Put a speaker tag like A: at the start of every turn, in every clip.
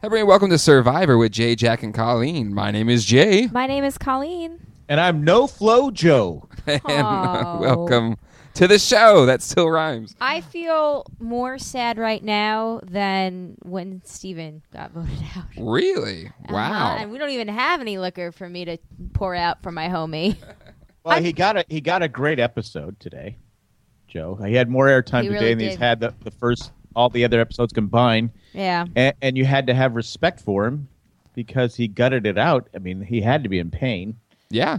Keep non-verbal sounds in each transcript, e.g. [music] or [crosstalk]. A: Everybody, welcome to Survivor with Jay, Jack, and Colleen. My name is Jay, [laughs]
B: My name is Colleen.
C: And I'm no flow Joe.
A: and uh,
B: Aw.
A: welcome to the show. That still rhymes.
B: Oh. I feel more sad right now than when Steven got voted out.
A: Really? Wow.
B: Uh-huh, and we don't even have any liquor for me to pour out for
A: [laughs]
B: my homie.
C: Well, he got a he got a great episode today, Joe. He had more airtime
B: He
C: today
B: really
C: than he's
B: did.
C: had the, the first all the other episodes combined.
B: Yeah.
C: And, and you had to have respect for him because he gutted it out. I mean, he had to be in pain,
A: Yeah.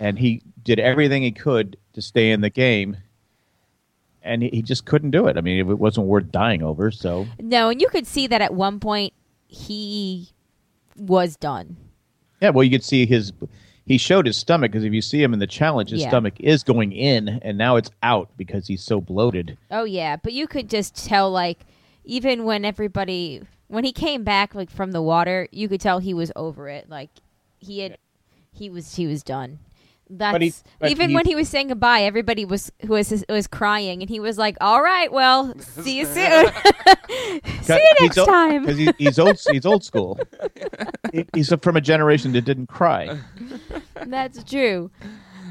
C: and he did everything he could to stay in the game. And he, he just couldn't do it. I mean, it wasn't worth dying over. So
B: No, and you could see that at one point he was done.
C: Yeah, well, you could see his. He showed his stomach because if you see him in the challenge, his
B: Yeah.
C: stomach is going in, and now it's out because he's so bloated.
B: Oh yeah, but you could just tell like even when everybody when he came back like from the water, you could tell he was over it. Like he had he was he was done. That's
C: he- but
B: even
C: he-
B: when he was saying goodbye, everybody was who was was crying and he was like, "All right, well, see you
C: [laughs]
B: soon." [laughs] See you next time.
C: Because he's old. He's old school. He- he's from a generation that didn't cry.
B: That's true.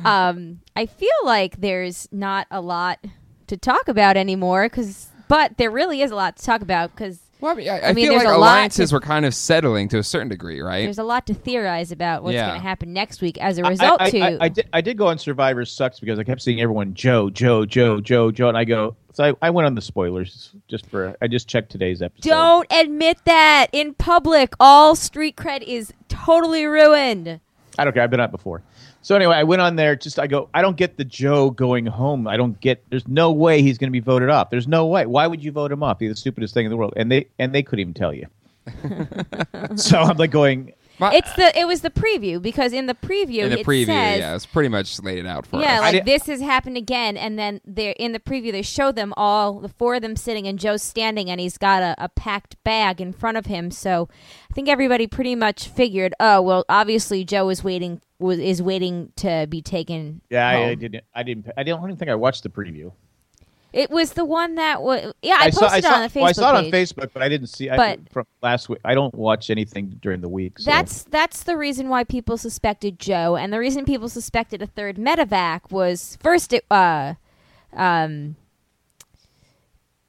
B: Um, I feel like there's not a lot to talk about anymore cuz but there really is a lot to talk about because
A: Well, I mean, I, I
B: mean,
A: feel
B: there's
A: like
B: a lot
A: alliances
B: to-
A: were kind of settling to a certain degree, right?
B: there's a lot to theorize about what's
A: Yeah.
B: going to happen next week as a
C: I-
B: result
C: I, I,
B: to
C: I, I did. I did go on Survivor sucks because I kept seeing everyone Joe, Joe, Joe, Joe, Joe, and I go. So I, I went on the spoilers just for. I just checked today's episode.
B: don't admit that in public all street cred is totally ruined
C: I don't care. I've been out before. So anyway, I went on there. Just I go. I don't get the Joe going home. I don't get. There's no way he's going to be voted off. There's no way. Why would you vote him off? He's the stupidest thing in the world. And they and they couldn't even
B: [laughs]
C: tell you. so I'm like going.
A: My-
B: it's the it was the preview because in the preview
A: in the
B: it
A: preview,
B: says,
A: yeah, it's pretty much laid it out for
B: yeah,
A: us.
B: like
C: did-
B: this has happened again, and then they're in the preview. They show them all, the four of them sitting, and Joe's standing, and he's got a, a packed bag in front of him. So I think everybody pretty much figured, oh well, obviously Joe is waiting was, is waiting to be taken.
C: Yeah, I, I
B: home.
C: didn't. I didn't. I don't even think I watched the preview.
B: It was the one that was. Yeah, I, posted
C: I
B: it
C: saw.
B: on the Facebook.
C: well, I saw it on
B: page.
C: Facebook, but I didn't see. I,
B: But-
C: from last week, I don't watch anything during the week. So.
B: That's that's the reason why people suspected Joe, and the reason people suspected a third medevac was first it uh um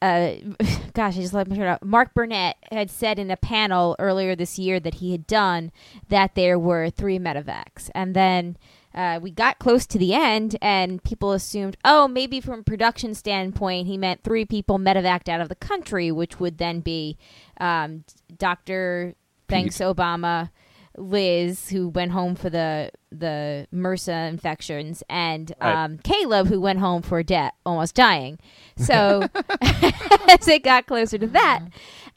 B: uh [laughs] gosh, I just let me turn it out. Mark Burnett had said in a panel earlier this year that he had done that there were three medevacs, and then. Uh, we got close to the end, and people assumed, oh, maybe from a production standpoint, he meant three people medevaced out of the country, which would then be um, Dr. Thanks Obama, Liz, who went home for the the MRSA infections, and
C: Right.
B: um, Caleb, who went home for debt, almost dying. So as it got closer to that,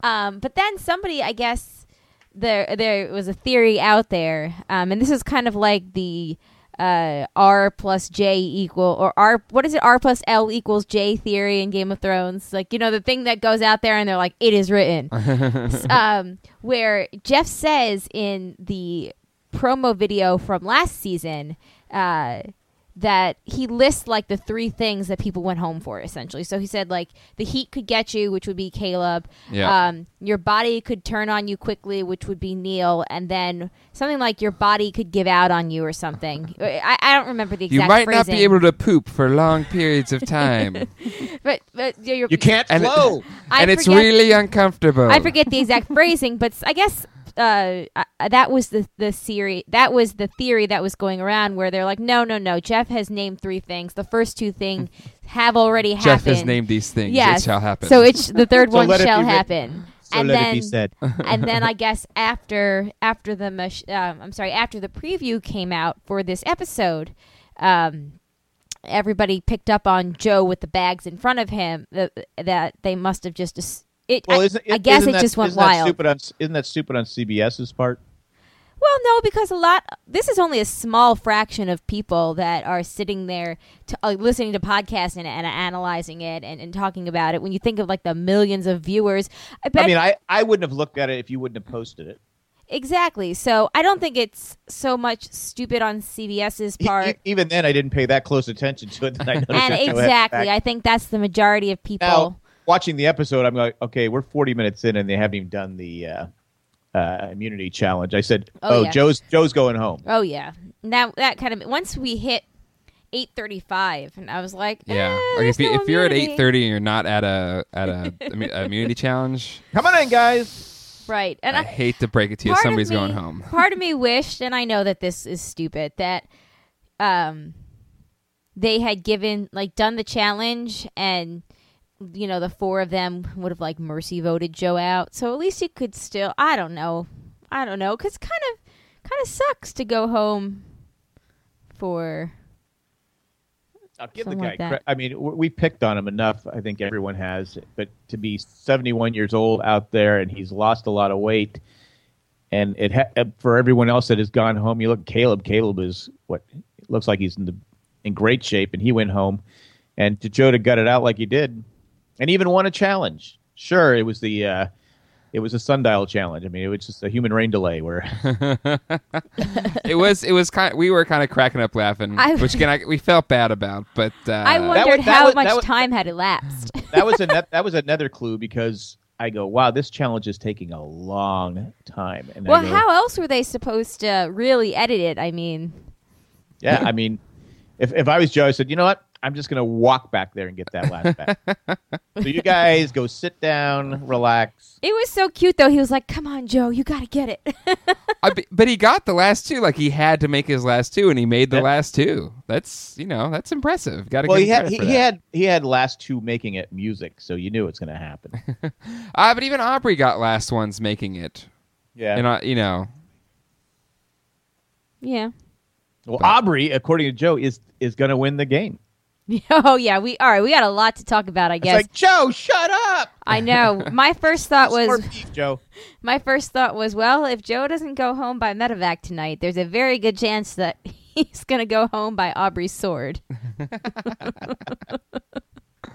B: um, but then somebody, I guess, there there was a theory out there, um, and this is kind of like the uh, R plus J equal or R what is it R plus L equals J theory in Game of Thrones? Like you know the thing that goes out there and they're like it is written, S- [laughs] um, where Jeff says in the promo video from last season. Uh, that he lists like the three things that people went home for essentially. So he said like the heat could get you, which would be Caleb.
A: Yeah.
B: Um, your body could turn on you quickly, which would be Neil, and then something like your body could give out on you or something. I, I don't remember the
A: You
B: exact.
A: might not
B: phrasing,
A: be able to poop for long periods of
B: [laughs]
A: time.
B: But, but yeah, you're-
C: You can't
A: and it-
C: flow.
A: [laughs]
B: I
A: and it's
B: forget-
A: really uncomfortable.
B: I forget the exact phrasing, but s- I guess uh, I, that was the the series. That was the theory that was going around where they're like, no, no, no. Jeff has named three things. The first
A: [laughs]
B: two things have already happened.
A: Jeff has named these things.
B: Yes.
A: It shall happen.
B: So it's the third
C: [laughs] So
B: one
C: let it
B: shall
C: be writ-
B: happen.
C: So
B: and
C: let
B: then,
C: it be said.
B: [laughs] and then
C: [laughs]
B: I guess after after the mush, um, I'm sorry after the preview came out for this episode, um, everybody picked up on Joe with the bags in front of him that, that they must have just as- it. I- I, guess
C: isn't
B: it
C: that-
B: just went
C: isn't that
B: wild.
C: stupid on- isn't that stupid on CBS's part?
B: Well, no, because a lot. This is only a small fraction of people that are sitting there to, uh, listening to podcasts and, and analyzing it and, and talking about it. When you think of like the millions of viewers, I bet
C: I mean, I, I wouldn't have looked at it if you wouldn't have posted it.
B: exactly. So I don't think it's so much stupid on CBS's
C: E- e-
B: part.
C: even then, I didn't pay that close attention
B: [laughs]
C: to it. That I noticed
B: and
C: it went
B: exactly,
C: back.
B: I think that's the majority of people.
C: now watching the episode, I'm like, okay, we're 40 minutes in, and they haven't even done the uh, uh, immunity challenge. I said,
B: Oh,
C: oh,
B: yeah.
C: Joe's Joe's going home.
B: Oh yeah, that that kind of once we hit eight thirty five, and I was like,
A: Yeah.
B: eh,
A: Like if,
B: there's
A: you,
B: no
A: if you're at
B: immunity.
A: eight thirty and you're not at a at
B: [laughs]
A: a immu- immunity challenge,
C: Come on in, guys.
B: right? And
A: I [laughs]
B: I,
A: hate to break it to you,
B: part of
A: somebody's
B: me-
A: going
B: [laughs]
A: home. [laughs]
B: part of me wished, and I know that this is stupid, that um, they had given like done the challenge, and you know the four of them would have like mercy voted Joe out. So at least you could still, I don't know, I don't know, because kind of kind of sucks to go home for
C: I'll give
B: Something
C: the guy.
B: like that.
C: cre- I mean, w- we picked on him enough. I think everyone has, but to be 71 years old out there, and he's lost a lot of weight. And it ha- uh, for everyone else that has gone home, you look at Caleb. Caleb is what it looks like he's in the in great shape, and he went home. And to Joe to gut it out like he did, and even won a challenge. Sure, it was the uh, it was a sundial challenge. I mean, it was just a human rain delay where
A: it was it was kind. we were kind of cracking up laughing,
B: I-
A: which can I, we felt bad about. But uh,
B: I wondered
C: was- that
B: how
C: was-
B: much
C: that was-
B: time had elapsed.
C: that was an, that was another clue because I go, wow, this challenge is taking a long time. And I
B: well,
C: go,
B: how else were they supposed to really edit it? I mean,
C: Yeah, I mean, if if I was Joe, I said, you know what, I'm just gonna walk back there and get that last back. so you guys go sit down, relax.
B: it was so cute though. He was like, "Come on, Joe, you got to get it." [laughs]
A: I be- but he got the last two. Like he had to make his last two, and he made the
C: That-
A: last two. That's you know that's impressive. Got to
C: Well,
A: give
C: he
A: him
C: had
A: credit
C: he,
A: for
C: he
A: that.
C: had he had last two making it music, so you knew it's gonna happen.
A: [laughs] Ah, but even Aubrey got last ones making it,
C: Yeah.
A: and I, you know
B: yeah.
C: well, Aubrey, according to Joe, is is gonna win the game.
B: [laughs] Oh yeah, we all right. We got a lot to talk about. I
C: It's
B: guess
C: like Joe, shut up.
B: I know.
C: [laughs]
B: My first thought was
C: Smart beef, Joe.
B: my first thought was well, if Joe doesn't go home by medevac tonight, there's a very good chance that [laughs] he's gonna go home by Aubrey's sword. [laughs]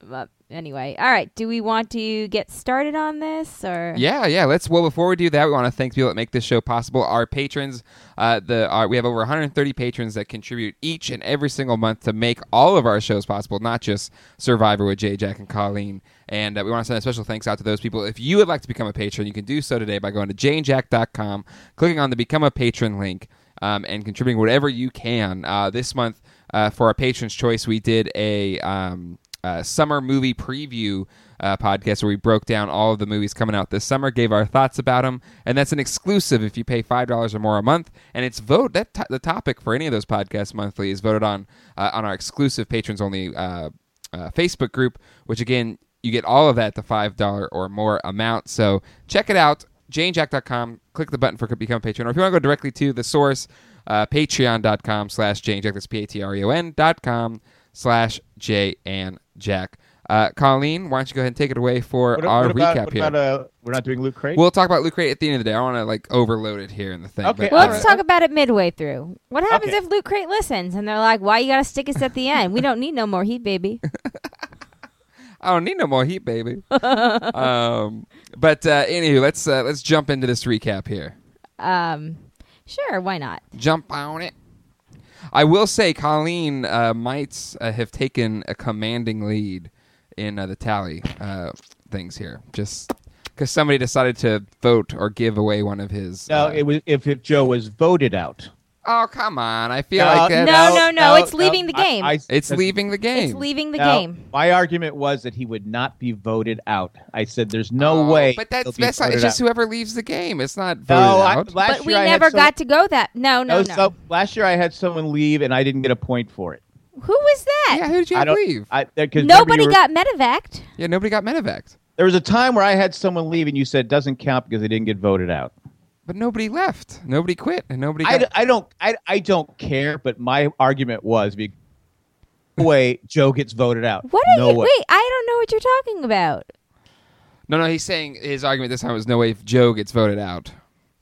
B: but anyway, all right. Do we want to get started on this or
A: Yeah, yeah. Let's. Well, before we do that, we want to thank people that make this show possible. Our patrons. Uh, the our, we have over 130 patrons that contribute each and every single month to make all of our shows possible, not just Survivor with Jay, Jack, and Colleen. And uh, we want to send a special thanks out to those people. If you would like to become a patron, you can do so today by going to janejack.com, clicking on the Become a Patron link, um, and contributing whatever you can. Uh, this month, uh, for our patrons' choice, we did a. Um, uh, summer movie preview uh, podcast where we broke down all of the movies coming out this summer, gave our thoughts about them, and that's an exclusive if you pay five dollars or more a month. And it's vote that t- the topic for any of those podcasts monthly is voted on uh, on our exclusive patrons only uh, uh, Facebook group, which again you get all of that at the five dollar or more amount. So check it out, janejack.com. Click the button for become a patron, or if you want to go directly to the source, uh, patreon.com slash janejack. That's p a t r e o n dot com slash J and Jack. Uh, Colleen, why don't you go ahead and take it away for
C: What,
A: our
C: what about,
A: recap
C: what
A: here?
C: about, uh, we're not doing Luke Craig.
A: we'll talk about Luke Crate at the end of the day. I want to like overload it here in the thing.
C: Okay,
B: Well,
C: all
B: let's
C: right.
B: talk about it midway through. What happens
C: Okay.
B: if Luke Crate listens and they're like, "Why you gotta stick us at the end? We don't need no more heat,
C: [laughs]
B: baby."
A: I don't need no more heat, baby. um, but uh, anywho, let's uh, let's jump into this recap here.
B: Um, sure, why not?
A: Jump on it. I will say Colleen uh, might uh, have taken a commanding lead in uh, the tally uh, things here, just because somebody decided to vote or give away one of his.
C: No,
A: uh,
C: it was if, if Joe was voted out.
A: oh come on! I feel
C: No,
A: like that.
B: No, no, no, it's leaving the
C: I-
B: game.
C: I-
A: It's leaving the game.
B: It's leaving the
C: No,
B: game.
C: My argument was that he would not be voted out. I said, "There's no
A: Oh,
C: way."
A: But
C: he'll
A: that's
C: be
A: that's not, it's
C: voted
A: just
C: out.
A: whoever leaves the game. It's not voted
C: No, I,
A: out.
C: last
B: But we
C: year I had
B: never
C: someone-
B: got to go that. No, no, no.
C: so- last year I had someone leave and I didn't get a point for it.
B: Who was that?
A: yeah, who did you
C: I
A: have
C: don't.
A: leave?
C: I, that- 'cause remember
B: Nobody
C: you were-
B: got medevaced.
A: yeah, nobody got medevaced,
C: There was a time where I had someone leave and you said doesn't count because they didn't get voted out.
A: but nobody left. Nobody quit, and nobody.
C: I,
A: Got,
C: d- I don't I, I don't care, but my argument was be no way Joe gets voted out.
B: What are
C: no
B: you?
C: way.
B: Wait, I don't know what you're talking about.
A: no, no. He's saying his argument this time was no way if Joe gets voted out.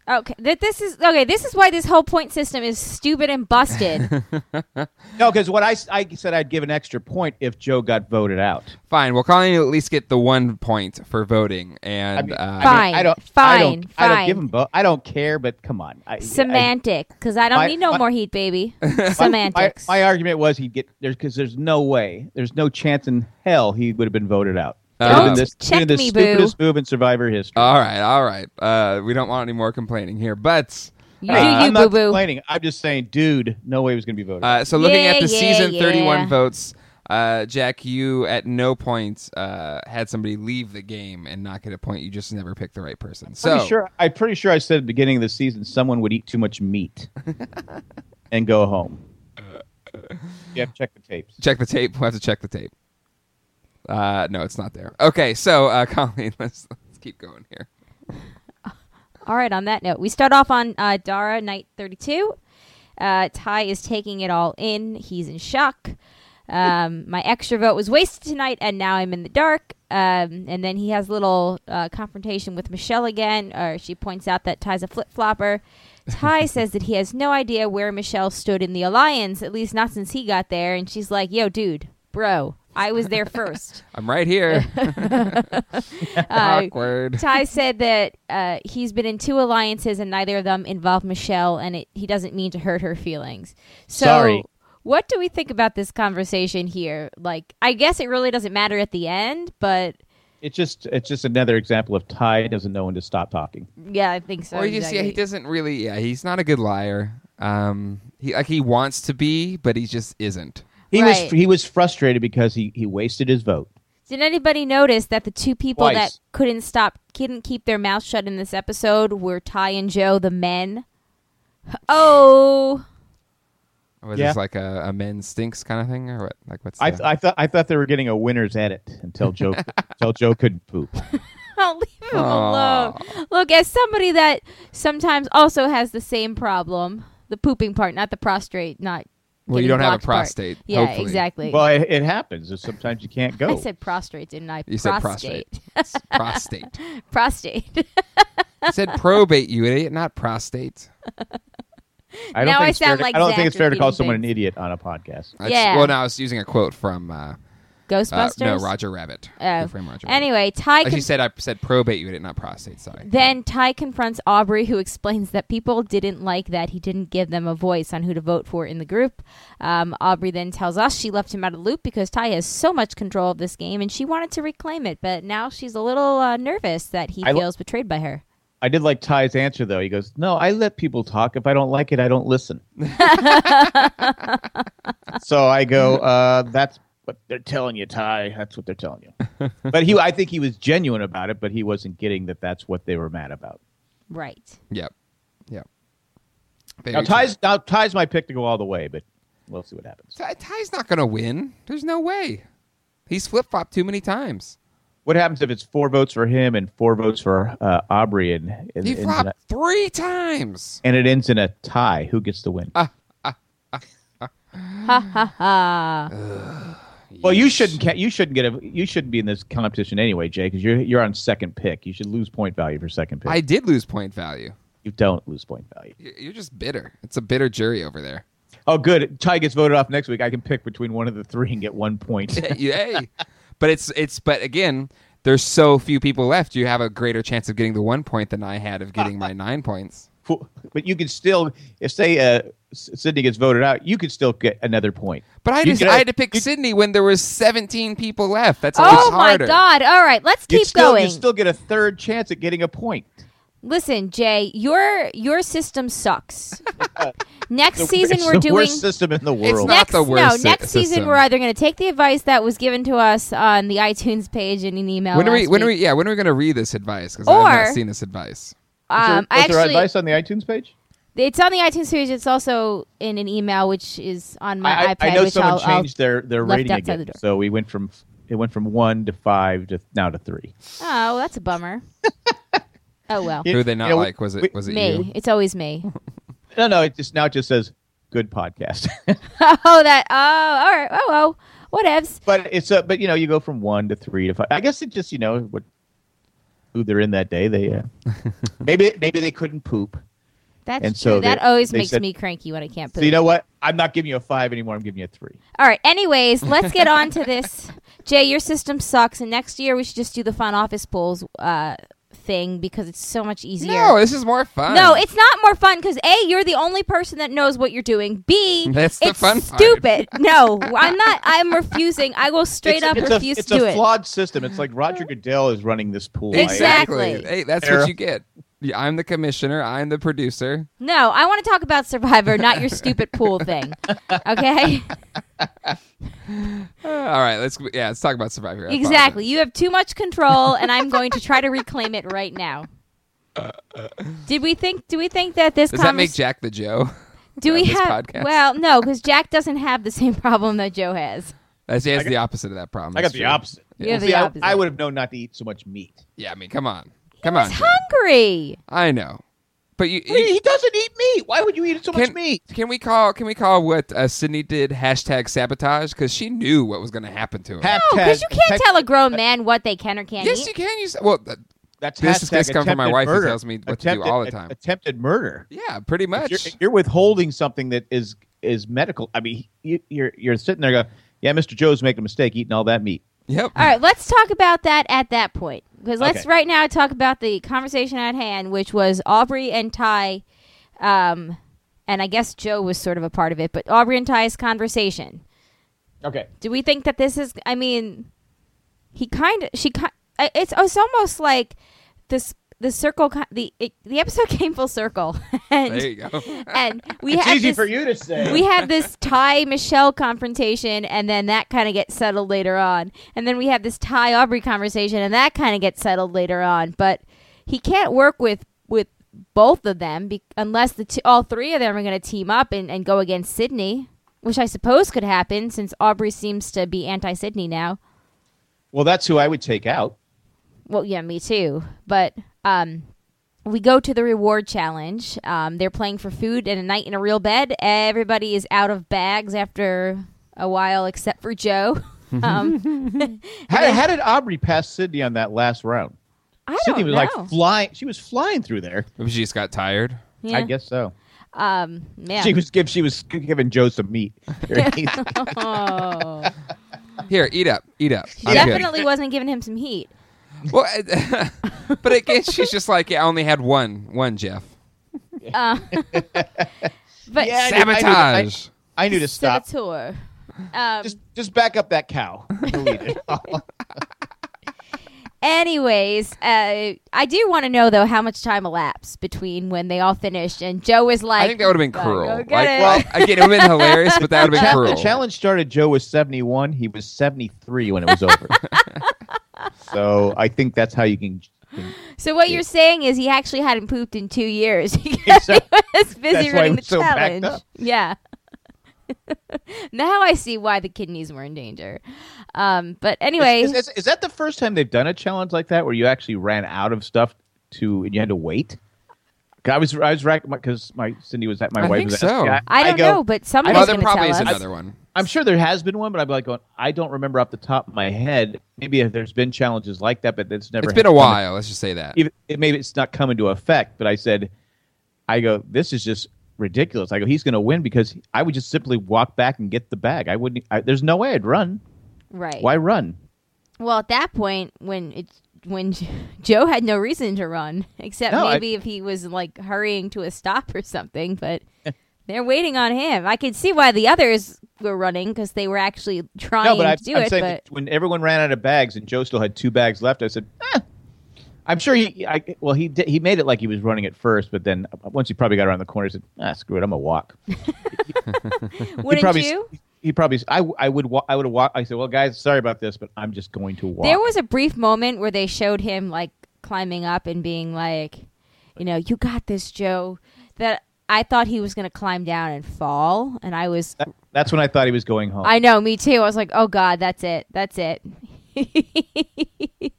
B: Okay, that this is okay. This is why this whole point system is stupid and
C: [laughs]
B: busted.
C: No, because what I, s- I said I'd give an extra point if Joe got voted out.
A: Fine. Well, Colleen will at least get the one point for voting, and
C: I mean, I mean,
A: uh,
B: Fine,
C: I don't, I don't,
B: fine,
C: I don't
B: fine.
C: give him. Bo- I don't care, but come on. I, I-
B: Semantic, because I don't
C: My-
B: need no
C: my-
B: more heat, baby.
C: [laughs] my-
B: Semantics.
C: My, my argument was he'd get there's because there's no way, there's no chance in hell he would have been voted out.
A: Don't
C: Doing this,
B: Oh, check
C: doing this
B: me, boo.
C: stupidest move in Survivor history.
A: all right, all right. Uh, we don't want any more complaining here, but.
B: you
C: Hey,
B: do you,
C: I'm
B: boo
C: not
B: boo.
C: complaining. I'm just saying, dude, no way he was going to be voted. out.
A: Uh, so looking
B: Yeah,
A: at the
B: yeah,
A: season
B: yeah.
A: 31 votes, uh, Jack, you at no point uh, had somebody leave the game and not get a point. You just never picked the right person. So
C: pretty sure I'm pretty sure I said at the beginning of the season someone would eat too much meat and go home. Yeah, check the tapes.
A: check the tape. We'll have to check the tape. Uh, no, it's not there. Okay, so uh, [laughs] Colleen, let's let's keep going here.
B: All right. On that note, we start off on uh, Dara night thirty-two. Uh, Ty is taking it all in. He's in shock. Um, [laughs] my extra vote was wasted tonight, and now I'm in the dark. Um, and then he has a little uh, confrontation with Michelle again, or she points out that Ty's a flip flopper. Ty says that he has no idea where Michelle stood in the alliance, at least not since he got there. And she's like, "Yo, dude, bro, I was there first.
A: I'm right here.
B: [laughs]
A: [laughs]
B: Uh,
A: Awkward.
B: Ty said that uh, he's been in two alliances and neither of them involve Michelle, and it, he doesn't mean to hurt her feelings. So,
C: Sorry.
B: what do we think about this conversation here? Like, I guess it really doesn't matter at the end, but
C: It's just it's just another example of Ty doesn't know when to stop talking.
B: yeah, I think so.
A: Or you just yeah,
B: exactly.
A: he doesn't really. Yeah, he's not a good liar. Um, he like he wants to be, but he just isn't.
C: He
B: Right.
C: was he was frustrated because he he wasted his vote.
B: Did anybody notice that the two people
C: Twice.
B: that couldn't stop, couldn't keep their mouth shut in this episode were Ty and Joe, the men? Oh,
A: Was
C: Yeah.
A: this like a, a men stinks kind of thing, or what? Like what's?
C: I,
A: the-
C: I thought I thought they were getting a winner's edit
B: [laughs]
C: until Joe until Joe couldn't poop.
B: I'll [laughs] leave him alone. Look, as somebody that sometimes also has the same problem, the pooping part, not the prostrate, not.
A: Well, you
B: getting
A: don't have a
B: blocked part.
A: prostate,
B: Yeah,
A: hopefully.
B: exactly.
C: [laughs] Well, it, it happens. It's Sometimes you can't go.
B: I said prostrate, didn't I?
A: You said prostate. It's prostate.
B: [laughs]
A: Uh,
B: prostate. prostate.
A: I said probate, you idiot, not prostate.
C: I don't
B: Now
C: think
B: I
C: it's fair
B: sound
C: to-
B: like
C: I don't
B: Zach
C: think it's fair to call
B: repeating
C: someone
B: things.
C: an idiot on a podcast.
A: That's-
B: Yeah.
A: Well, no, I was using a quote from uh, uh,
B: Ghostbusters.
A: no Roger Rabbit.
B: Oh.
A: Your friend Roger. Oh, Rabbit.
B: Anyway, Ty.
A: Like
B: con-
A: you said, I said probate, you idiot, not prostate. Sorry.
B: Then Ty confronts Aubrey, who explains that people didn't like that he didn't give them a voice on who to vote for in the group. Um, Aubrey then tells us she left him out of the loop because Ty has so much control of this game and she wanted to reclaim it, but now she's a little uh, nervous that he
C: I lo-
B: feels betrayed by her.
C: I did like Ty's answer though. He goes, "No, I let people talk. If I don't like it, I don't listen." so I go, uh, "That's what they're telling you, Ty. That's what they're telling
A: [laughs]
C: you." but he, I think he was genuine about it, but he wasn't getting that that's what they were mad about.
B: Right.
A: Yep. Yep.
C: Now
A: Very true.
C: Ty's now Ty's my pick to go all the way, but we'll see what happens.
A: Ty- Ty's not going to win. There's no way. He's flip flopped too many times.
C: What happens if it's four votes for him and four votes for uh, Aubrey, and and,
A: He
C: ends in a,
A: flopped three times.
C: and it ends in a tie? Who gets the win?
A: Ah, [sighs]
C: Well, you shouldn't. Ca- you shouldn't get a. You shouldn't be in this competition anyway, Jay, because you're you're on second pick. You should lose point value for second pick.
A: I did lose point value.
C: you don't lose point value.
A: Y- You're just bitter. It's a bitter jury over there.
C: Oh, good. Ty gets voted off next week. I can pick between one of the three and get one
A: [laughs]
C: point.
A: Yay! but it's it's but again,
B: [laughs]
A: there's so few people left. You have a greater chance of getting the one point than I had of getting my nine points.
C: but you can still, if say uh, S- Sydney gets voted out, you could still get another point.
A: But I
C: You
A: just
C: could-
A: I had to pick Sydney when there was 17 people left. That's always
B: Oh my
A: harder.
B: God! All right, let's
C: you'd
B: keep
C: still,
B: going.
C: You still get a third chance at getting a point.
B: Listen, Jay, your your system
C: [laughs]
B: sucks. next
C: The-
B: season
C: it's
B: we're
C: [laughs] the
B: doing
C: worst system in the world.
A: not-
B: next
A: the worst
B: no
A: si-
B: next season
A: system.
B: we're either going to take the advice that was given to us on the iTunes page in an email.
A: When are we?
B: last
A: When are we?
B: week.
A: Yeah. When are we going to read this advice? Because I've
B: Or-
A: not seen this advice.
C: Is there-
B: Um, I
C: was there
B: actually,
C: advice on the iTunes page?
B: it's on the iTunes page. It's also in an email, which is on my
C: I, I-
B: iPad.
C: I know
B: which
C: someone
B: I'll, I'll-
C: changed their, their
B: left
C: rating
B: outside
C: again.
B: the door.
C: So we went from it went from one to five to now to three.
B: oh, that's a
A: [laughs]
B: bummer. oh well,
A: Who they not
C: You know,
A: like? Was it?
C: we-
A: was it
B: me.
A: you?
B: It's always me. [laughs]
C: No, no. It just now it just says good podcast, [laughs]
B: oh that. Oh, all right. Oh, oh, whatevs.
C: but it's a but you know you go from one to three to five. I guess it just you know what who they're in that day. [laughs] They uh, maybe maybe they couldn't poop.
B: That's
C: And
B: true.
C: so
B: that
C: they-
B: always
C: they
B: makes
C: said-
B: me cranky when I can't.
C: So
B: poop.
C: you know what? I'm not giving you a five anymore. I'm giving you a three.
B: All right. Anyways, let's get on to this. [laughs] Jay, your system sucks, and next year we should just do the fun office polls uh, thing because it's so much easier.
A: No, this is more fun.
B: No, it's not more fun because a you're the only person that knows what you're doing. B
A: That's the
B: it's
A: fun part.
B: stupid. no, I'm not. I'm refusing. I will straight
C: It's-
B: up
C: it's
B: refuse
C: a, it's
B: to do
C: a
B: it.
C: flawed system. It's like Roger Goodell is running this pool. I-
B: Exactly.
A: Hey, that's
C: Era.
A: what you get. Yeah, I'm the commissioner. I'm the producer.
B: No, I want to talk about Survivor, not your stupid pool
C: [laughs]
B: thing. Okay. [laughs]
A: Uh, all right. Let's. Yeah. Let's talk about Survivor. I
B: exactly. You have too much control, and I'm going to try to reclaim it right now. Did we think? Do we think that this?
A: Does that
B: convers-
A: make Jack the Joe? [laughs]
B: Do
A: on
B: we
A: this
B: have?
A: podcast?
B: Well, no, because Jack doesn't have the same [laughs] problem that Joe has.
A: That's, that's the opposite of that problem.
C: I
A: That's
C: got the
A: true.
C: opposite.
B: You have
C: See,
B: the
C: I-
B: opposite.
C: I, would have known not to eat so much meat.
A: Yeah. I mean, come on. Come on.
B: He's hungry.
A: I know. But you.
C: He,
A: you-
C: he doesn't eat meat. Why would you eat so much
A: can,
C: meat?
A: can we call? Can we call what uh, Sydney did hashtag sabotage? Because she knew what was going to happen to him.
B: No, because you can't tell a grown man what they can or can't
A: yes,
B: eat.
A: you can. You s- well, th-
C: That's
A: This is-
C: hashtag
A: this comes from my
C: attempted
A: wife who
C: murder.
A: tells me what to do
C: attempted,
A: all the
C: a-
A: time.
C: Attempted murder.
A: yeah, pretty
C: If
A: much.
C: You're, if you're withholding something that is is medical. I mean, you, you're you're sitting there going, "Yeah, Mr. Joe's making a mistake eating all that meat."
A: yep.
B: All right, let's talk about that at that point. Because let's
C: Okay.
B: right now talk about the conversation at hand, which was Aubrey and Ty, um, and I guess Joe was sort of a part of it, but Aubrey and Ty's conversation.
C: Okay.
B: Do we think that this is? I mean, he kind of she kind. It's it's almost like this the circle ki- the it, the episode [laughs] came full circle, and
A: There you go.
B: [laughs] and we
C: It's
B: had
C: easy
B: this-
C: for you to say.
B: we had this Ty Michelle confrontation, and then that kind of gets settled later on. And then we had this Ty Aubrey conversation, and that kind of gets settled later on. But he can't work with with both of them be- unless the two, all three of them are going to team up and, and go against Sydney, which I suppose could happen since Aubrey seems to be anti Sydney now.
C: well, that's who I would take out.
B: Well, yeah, me too. But um, we go to the reward challenge. Um, they're playing for food and a night in a real bed. Everybody is out of bags after a while, except for
A: [laughs]
B: Joe. Um,
C: How, how did Aubrey pass Sydney on that last round?
B: I
C: Sydney
B: don't
C: was
B: know.
C: like flying. She was flying through there.
A: Maybe she just got tired.
B: yeah.
C: I guess so.
B: Um, yeah.
C: She was give she was giving Joe
B: [laughs]
C: some meat. [laughs]
B: oh.
A: Here, eat up, eat up. I'm good.
B: Definitely wasn't giving him some
C: [laughs]
B: heat.
A: Well, I- [laughs] but again, she's just like, yeah, I only had one, one Jeff.
B: Um, But
C: Yeah, I knew- I knew that- I-
A: Sabotage.
C: I knew to stop.
B: Saboteur. Um,
C: Just just back up
B: [laughs]
C: that cow.
A: [laughs]
B: Anyways, uh, I do want to know though how much time elapsed between when they all finished and Joe was like,
A: I think that would have been
B: Go,
A: cruel.
B: go
A: Like,
B: get it.
A: well, again, it would have been hilarious, but that would have been
C: Cha- the
A: cruel.
C: challenge started. Joe was seventy one. He was seventy three when it
A: [laughs]
C: was over. so I think that's how you can.
B: So what you're saying is he actually hadn't pooped in two years. [laughs] He
C: [laughs] Exactly.
B: was busy
C: That's why he
B: running the
C: was so backed
B: challenge.
C: up.
B: [laughs] Yeah. now I see why the kidneys were in danger. Um, but anyway,
C: Is, is- is that the first time they've done a challenge like that where you actually ran out of stuff to and you had to wait? 'Cause I was I was racking because my Cindy was at my
A: I
C: wife
A: think
C: was
A: so.
C: asking,
B: I don't
C: go,
B: know, but somebody's
A: well, there
B: going to
A: probably
B: tell
A: is
B: us.
A: another one.
C: I'm sure there has been one, but I'm like going. I don't remember off the top of my head. Maybe there's been challenges like that, but it's never.
A: It's been a
C: come-
A: while. Let's just say that.
C: even- it, maybe it's not coming to effect, but I said, I go, this is just ridiculous. I go, he's going to win because I would just simply walk back and get the bag. I wouldn't. I, there's no way I'd run.
B: Right.
C: Why run?
B: Well, at that point, when it's when [laughs] J- Joe had no reason to run, [laughs] except
C: No, I-
B: maybe if he was like hurrying to a stop or something.
C: [laughs]
B: But they're waiting on him. I could see why the others were running because they were actually trying
C: No, but
B: to
C: I'm,
B: do
C: I'm
B: it.
C: saying
B: But
C: that when everyone ran out of bags and Joe still had two bags left, I said, eh. I'm sure he. I, well, he did, he made it like he was running at first, but then once he probably got around the corner, he said, ah, screw it, I'm gonna walk.
B: wouldn't
C: probably,
B: you?
C: He probably. I, I would. Wa- I would have walked. I said, well, guys, sorry about this, but I'm just going to walk.
B: There was a brief moment where they showed him like climbing up and being like, you know, you got this, Joe. That I thought he was going to climb down and fall, and I was,
C: That- that's when I thought he was going home.
B: I know, me too. I was like, oh god, that's it, that's it. [laughs]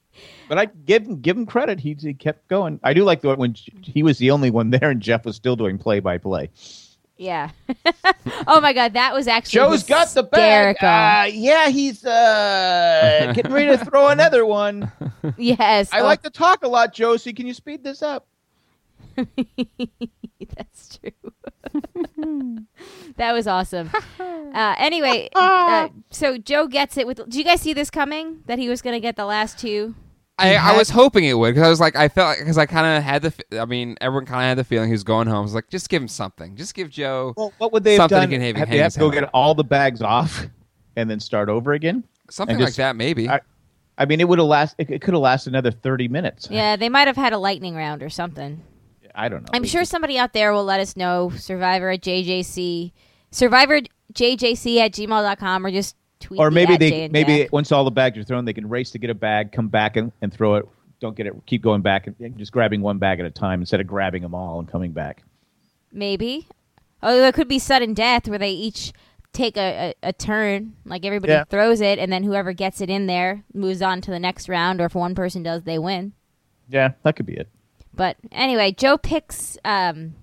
C: But I give him give him credit. He, he kept going. I do like the when J- he was the only one there, and Jeff was still doing play by play.
B: Yeah. [laughs] oh my god, that was actually
C: Joe's got the bag.
B: hysterical.
C: Uh, yeah, he's
A: [laughs]
C: uh, getting ready to throw another one.
B: [laughs] yes,
C: I
B: oh,
C: like to talk a lot, Josie. Can you speed this up?
B: Oh, [laughs] that's true. [laughs] that was
C: [laughs]
B: awesome. uh, anyway, uh, so Joe gets it with. Did you guys see this coming? That he was going to get the last two.
A: I, I was hoping it would because I was like I felt because I kind of had the f- I mean everyone kind of had the feeling he was going home. I was like just give him something, just give Joe
C: Well, what would they have
A: Something
C: done?
A: he can hang-
C: have
A: hang
C: they
A: his
C: have to go
A: hat on.
C: get all the bags off and then start over again?
A: something
C: and
A: like
C: just-
A: that maybe.
C: I, I mean, it would have last. It, it could have lasted another thirty minutes.
B: Yeah, they might have had a lightning round or something.
C: I don't know.
B: I'm sure somebody out there will let us know. Survivor at JJC, Survivor JJC at gmail.com, or just tweet.
C: or
B: me
C: maybe
B: at Jay
C: they
B: and
C: maybe
B: Jack.
C: once all the bags are thrown, they can race to get a bag, come back and, and throw it. Don't get it. Keep going back and- and just grabbing one bag at a time instead of grabbing them all and coming back.
B: maybe. Oh, there could be sudden death where they each take a, a, a turn. Like everybody
C: Yeah.
B: throws it, and then whoever gets it in there moves on to the next round. Or if one person does, they win.
C: Yeah, that could be it.
B: But anyway, Joe picks um,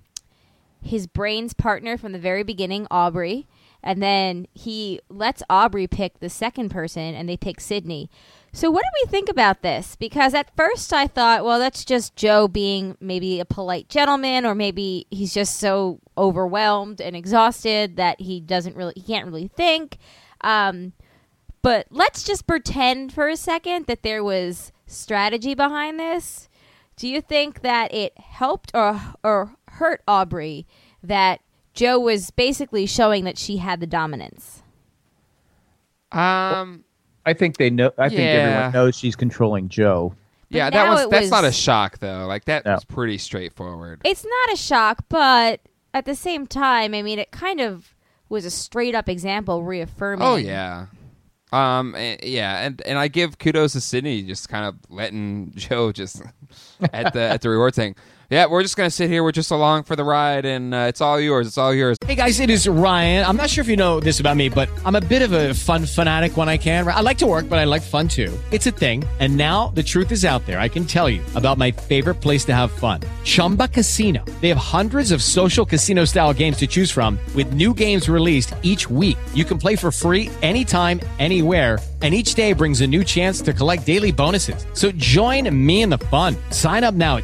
B: his brain's partner from the very beginning, Aubrey, and then he lets Aubrey pick the second person, and they pick Sydney. So, what do we think about this? Because at first I thought, well, that's just Joe being maybe a polite gentleman, or maybe he's just so overwhelmed and exhausted that he doesn't really, he can't really think. Um, but let's just pretend for a second that there was strategy behind this. Do you think that it helped or or hurt Aubrey that Joe was basically showing that she had the dominance?
A: um
C: I think they know. I think
A: Yeah.
C: everyone knows she's controlling Joe.
A: yeah
B: now
A: that was
B: it
A: that's not a
B: was-
A: shock though like that
C: No.
A: was pretty straightforward.
B: It's not a shock, but at the same time, I mean, it kind of was a straight up example reaffirming.
A: Oh yeah. Um and, yeah, and and I give kudos to Sydney just kind of letting [laughs] Joe just at the at the reward thing. Yeah, we're just gonna sit here. We're just along for the ride, and uh, it's all yours. It's all yours.
D: Hey guys, it is Ryan. I'm not sure if you know this about me, but I'm a bit of a fun fanatic when I can. I like to work, but I like fun too. It's a thing. And now the truth is out there. I can tell you about my favorite place to have fun Chumba Casino. They have hundreds of social casino style games to choose from, with new games released each week. You can play for free anytime, anywhere. And each day brings a new chance to collect daily bonuses. So join me in the fun. Sign up now at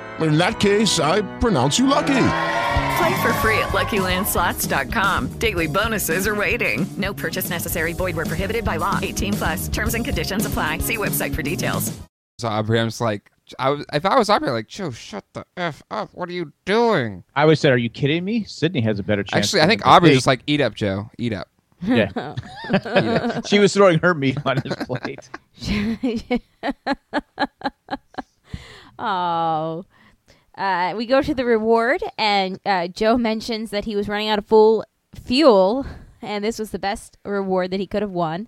E: In that case, I pronounce you lucky.
F: Play for free at LuckyLandSlots.com. Daily bonuses are waiting. No purchase necessary. Void were prohibited by law. 18 plus. Terms and conditions apply. See website for details.
A: So Aubrey, I'm just like, I was, if I was Aubrey, I'm like Joe, shut the f up. What are you doing?
C: I always said, "Are you kidding me?" Sydney has a better chance.
A: Actually, I think
C: than
A: Aubrey's
C: me.
A: just like, eat up, Joe, eat up.
C: [laughs] Yeah. she was throwing her meat on his plate.
B: [laughs] Oh. Uh, we go to the reward, and uh, Joe mentions that he was running out of full fuel, and this was the best reward that he could have won.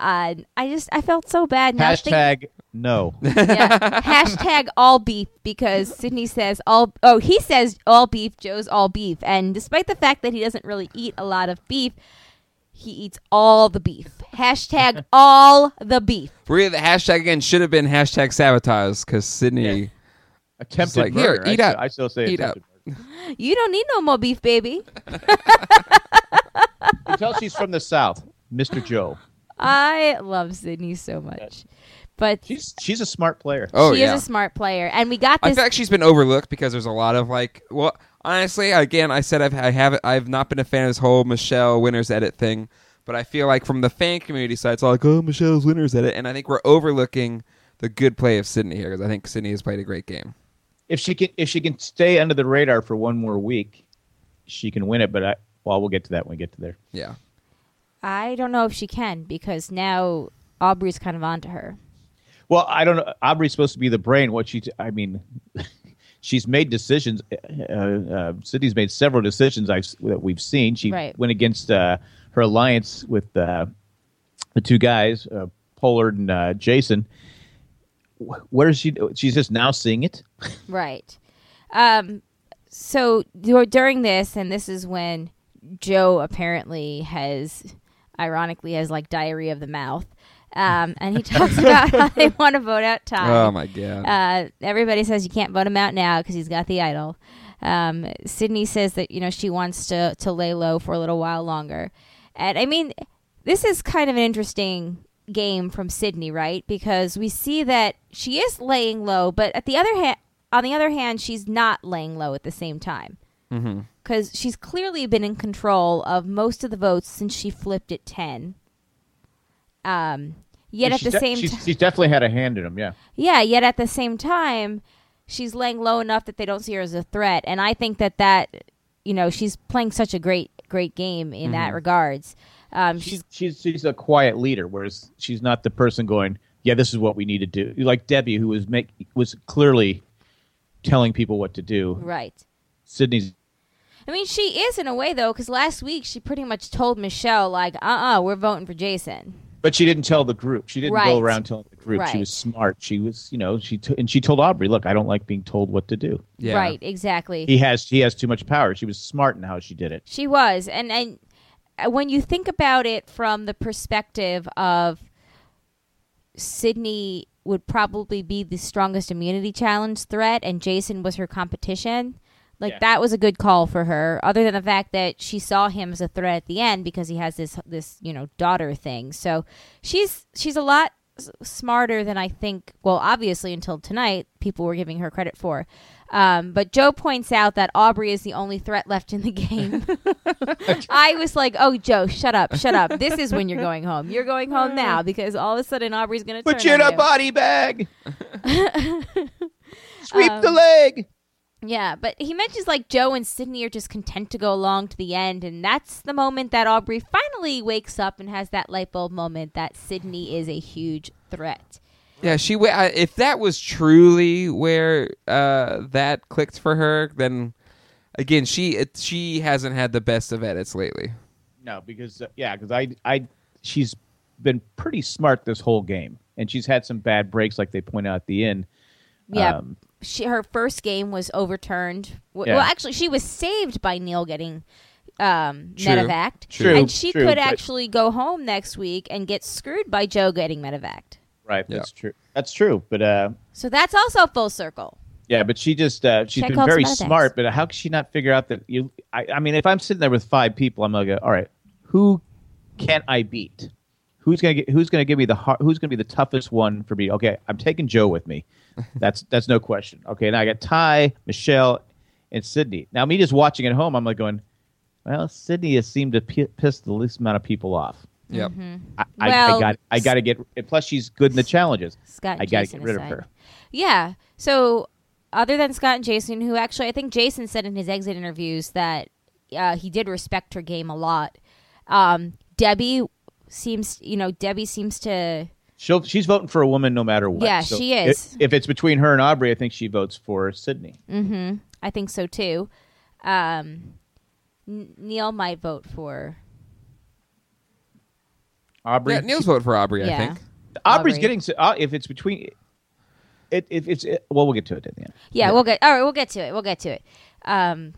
B: Uh, I just I felt so bad. Now think-
C: Hashtag no.
B: yeah. Hashtag all beef because Sydney says all. Oh, he says all beef. Joe's all beef, and despite the fact that he doesn't really eat a lot of beef, he eats all the beef. Hashtag all the beef.
A: Really, the hashtag again should have been hashtag sabotage because Sydney.
C: Attempted
A: like, here,
C: murder. I
A: eat
C: still-
A: up.
C: I still say
A: Eat up.
C: attempted murder.
B: You don't need no more beef, baby.
C: You tell she's from the South, Mr. Joe.
B: I love Sydney so much. But
C: She's she's a smart player.
A: Oh
B: she
A: yeah.
B: is a smart player. And we got
A: I
B: this.
A: feel like she's been overlooked because there's a lot of like. Well, honestly, again, I said I've, I have I've not been a fan of this whole Michelle Winners edit thing, but I feel like from the fan community side, it's all like, oh, Michelle's Winners edit, and I think we're overlooking the good play of Sydney here because I think Sydney has played a great game.
C: If she can if she can stay under the radar for one more week, she can win it. But I well, we'll get to that when we get to there.
A: Yeah.
B: I don't know if she can because now Aubrey's kind of onto her.
C: Well, I don't know. Aubrey's supposed to be the brain. What she, I mean, [laughs] she's made decisions. Uh, uh, Sydney's made several decisions I've, that we've seen. She
B: Right.
C: went against uh, her alliance with uh, the two guys, uh, Pollard and uh, Jason. Wh- Where is she? She's just now seeing it.
B: Right. Um, so dur- during this, and this is when Joe apparently has, ironically, has like diarrhea of the mouth. Um, and he
A: [laughs]
B: talks about how they want to vote out Todd.
A: Oh my god.
B: Uh, everybody says you can't vote him out now because he's got the idol. Um, Sydney says that you know she wants to to lay low for a little while longer, and I mean this is kind of an interesting game from Sydney, right? Because we see that she is laying low, but at the other hand, on the other hand, she's not laying low at the same time
C: Mm-hmm.
B: because she's clearly been in control of most of the votes since she flipped at ten. Um, yet at
C: She's
B: the
C: de-
B: same
C: she's,
B: time,
C: she's definitely had a hand in him. Yeah.
B: yeah, yet at the same time, she's laying low enough that they don't see her as a threat. And I think that that, you know, she's playing such a great, great game in that regards. Um, she's,
C: She's she's she's a quiet leader, whereas she's not the person going, "Yeah, this is what we need to do." Like Debbie, who was make was clearly telling people what to do.
B: right.
C: Sydney's
B: I mean, she is in a way, though, because last week she pretty much told Michelle, like, uh uh, we're voting for Jason.
C: But she didn't tell the group. She didn't
B: Right.
C: go around telling the group.
B: Right.
C: She was smart. She was, you know, she t- and she told Aubrey, "Look, I don't like being told what to do.
A: yeah.
B: Right, exactly.
C: He has he has too much power." She was smart in how she did it.
B: She was, and and uh, when you think about it from the perspective of Sydney would probably be the strongest immunity challenge threat, and Jason was her competition. Like
C: Yeah.
B: that was a good call for her. Other than the fact that she saw him as a threat at the end because he has this this you know daughter thing. So she's she's a lot s- smarter than I think. Well, obviously until tonight, people were giving her credit for. Um, but Joe points out that Aubrey is the only threat left in the game. I was like, "Oh, Joe, shut up, shut up. This is when you're going home. You're going home now because all of a sudden Aubrey's going to turn
C: Put you in
B: on
C: a
B: [laughs]
C: body bag. Sweep
B: Um,
C: the leg.
B: Yeah, but he mentions like Joe and Sydney are just content to go along to the end, and that's the moment that Aubrey finally wakes up and has that light bulb moment that Sydney is a huge threat.
A: Yeah, she. wa- I- If that was truly where uh, that clicked for her, then again, she it, she hasn't had the best of edits lately.
C: No, because uh, yeah, because I I she's been pretty smart this whole game, and she's had some bad breaks, like they point out at the end.
B: Yeah,
C: Um,
B: she, her first game was overturned. W-
C: Yeah.
B: Well, actually, she was saved by Neil getting um,
A: True.
B: medevacked,
C: True,
B: and she
C: true,
B: could
C: but-
B: actually go home next week and get screwed by Joe getting medevacked.
C: Right.
A: Yeah.
C: That's true. That's true. But uh,
B: So that's also full circle.
C: Yeah, but she just uh, she's
B: Check
C: been
B: out
C: very
B: some other things.
C: smart. But how could she not figure out that you? I, I mean, if I'm sitting there with five people, I'm like, all right, who can I beat? Who's gonna get, who's gonna give me the har Who's gonna be the toughest one for me? Okay, I'm taking Joe
B: [laughs]
C: with me. That's that's no question. Okay, now I got Ty, Michelle, and Sydney. Now me just watching at home, I'm like going, well, Sydney has seemed to p- piss the least amount of people off.
A: Yep.
B: Mm-hmm.
C: I, I-
B: Well,
C: I got I got to get. and Plus, she's good in the challenges.
B: Scott and
C: I got to
B: Jason
C: get rid
B: aside.
C: of her.
B: Yeah. So, other than Scott and Jason, who actually, I think Jason said in his exit interviews that uh, he did respect her game a lot. Um, Debbie seems, you know, Debbie seems to.
C: She'll, she's voting for a woman no matter what.
B: Yeah, she is. Mm.
C: i- If, it's between her and Aubrey, I think she votes for Sydney.
B: I think so too. Um, N- Neil might vote for.
C: Aubrey.
A: Yeah, Neil's vote for Aubrey, I
B: Yeah.
A: think.
C: Aubrey's
B: Aubrey.
C: getting. s- Uh, if it's between, it, if it's it, well, we'll get to it at the end.
B: Yeah, we'll get. All right, we'll get to it. We'll get to it. Um,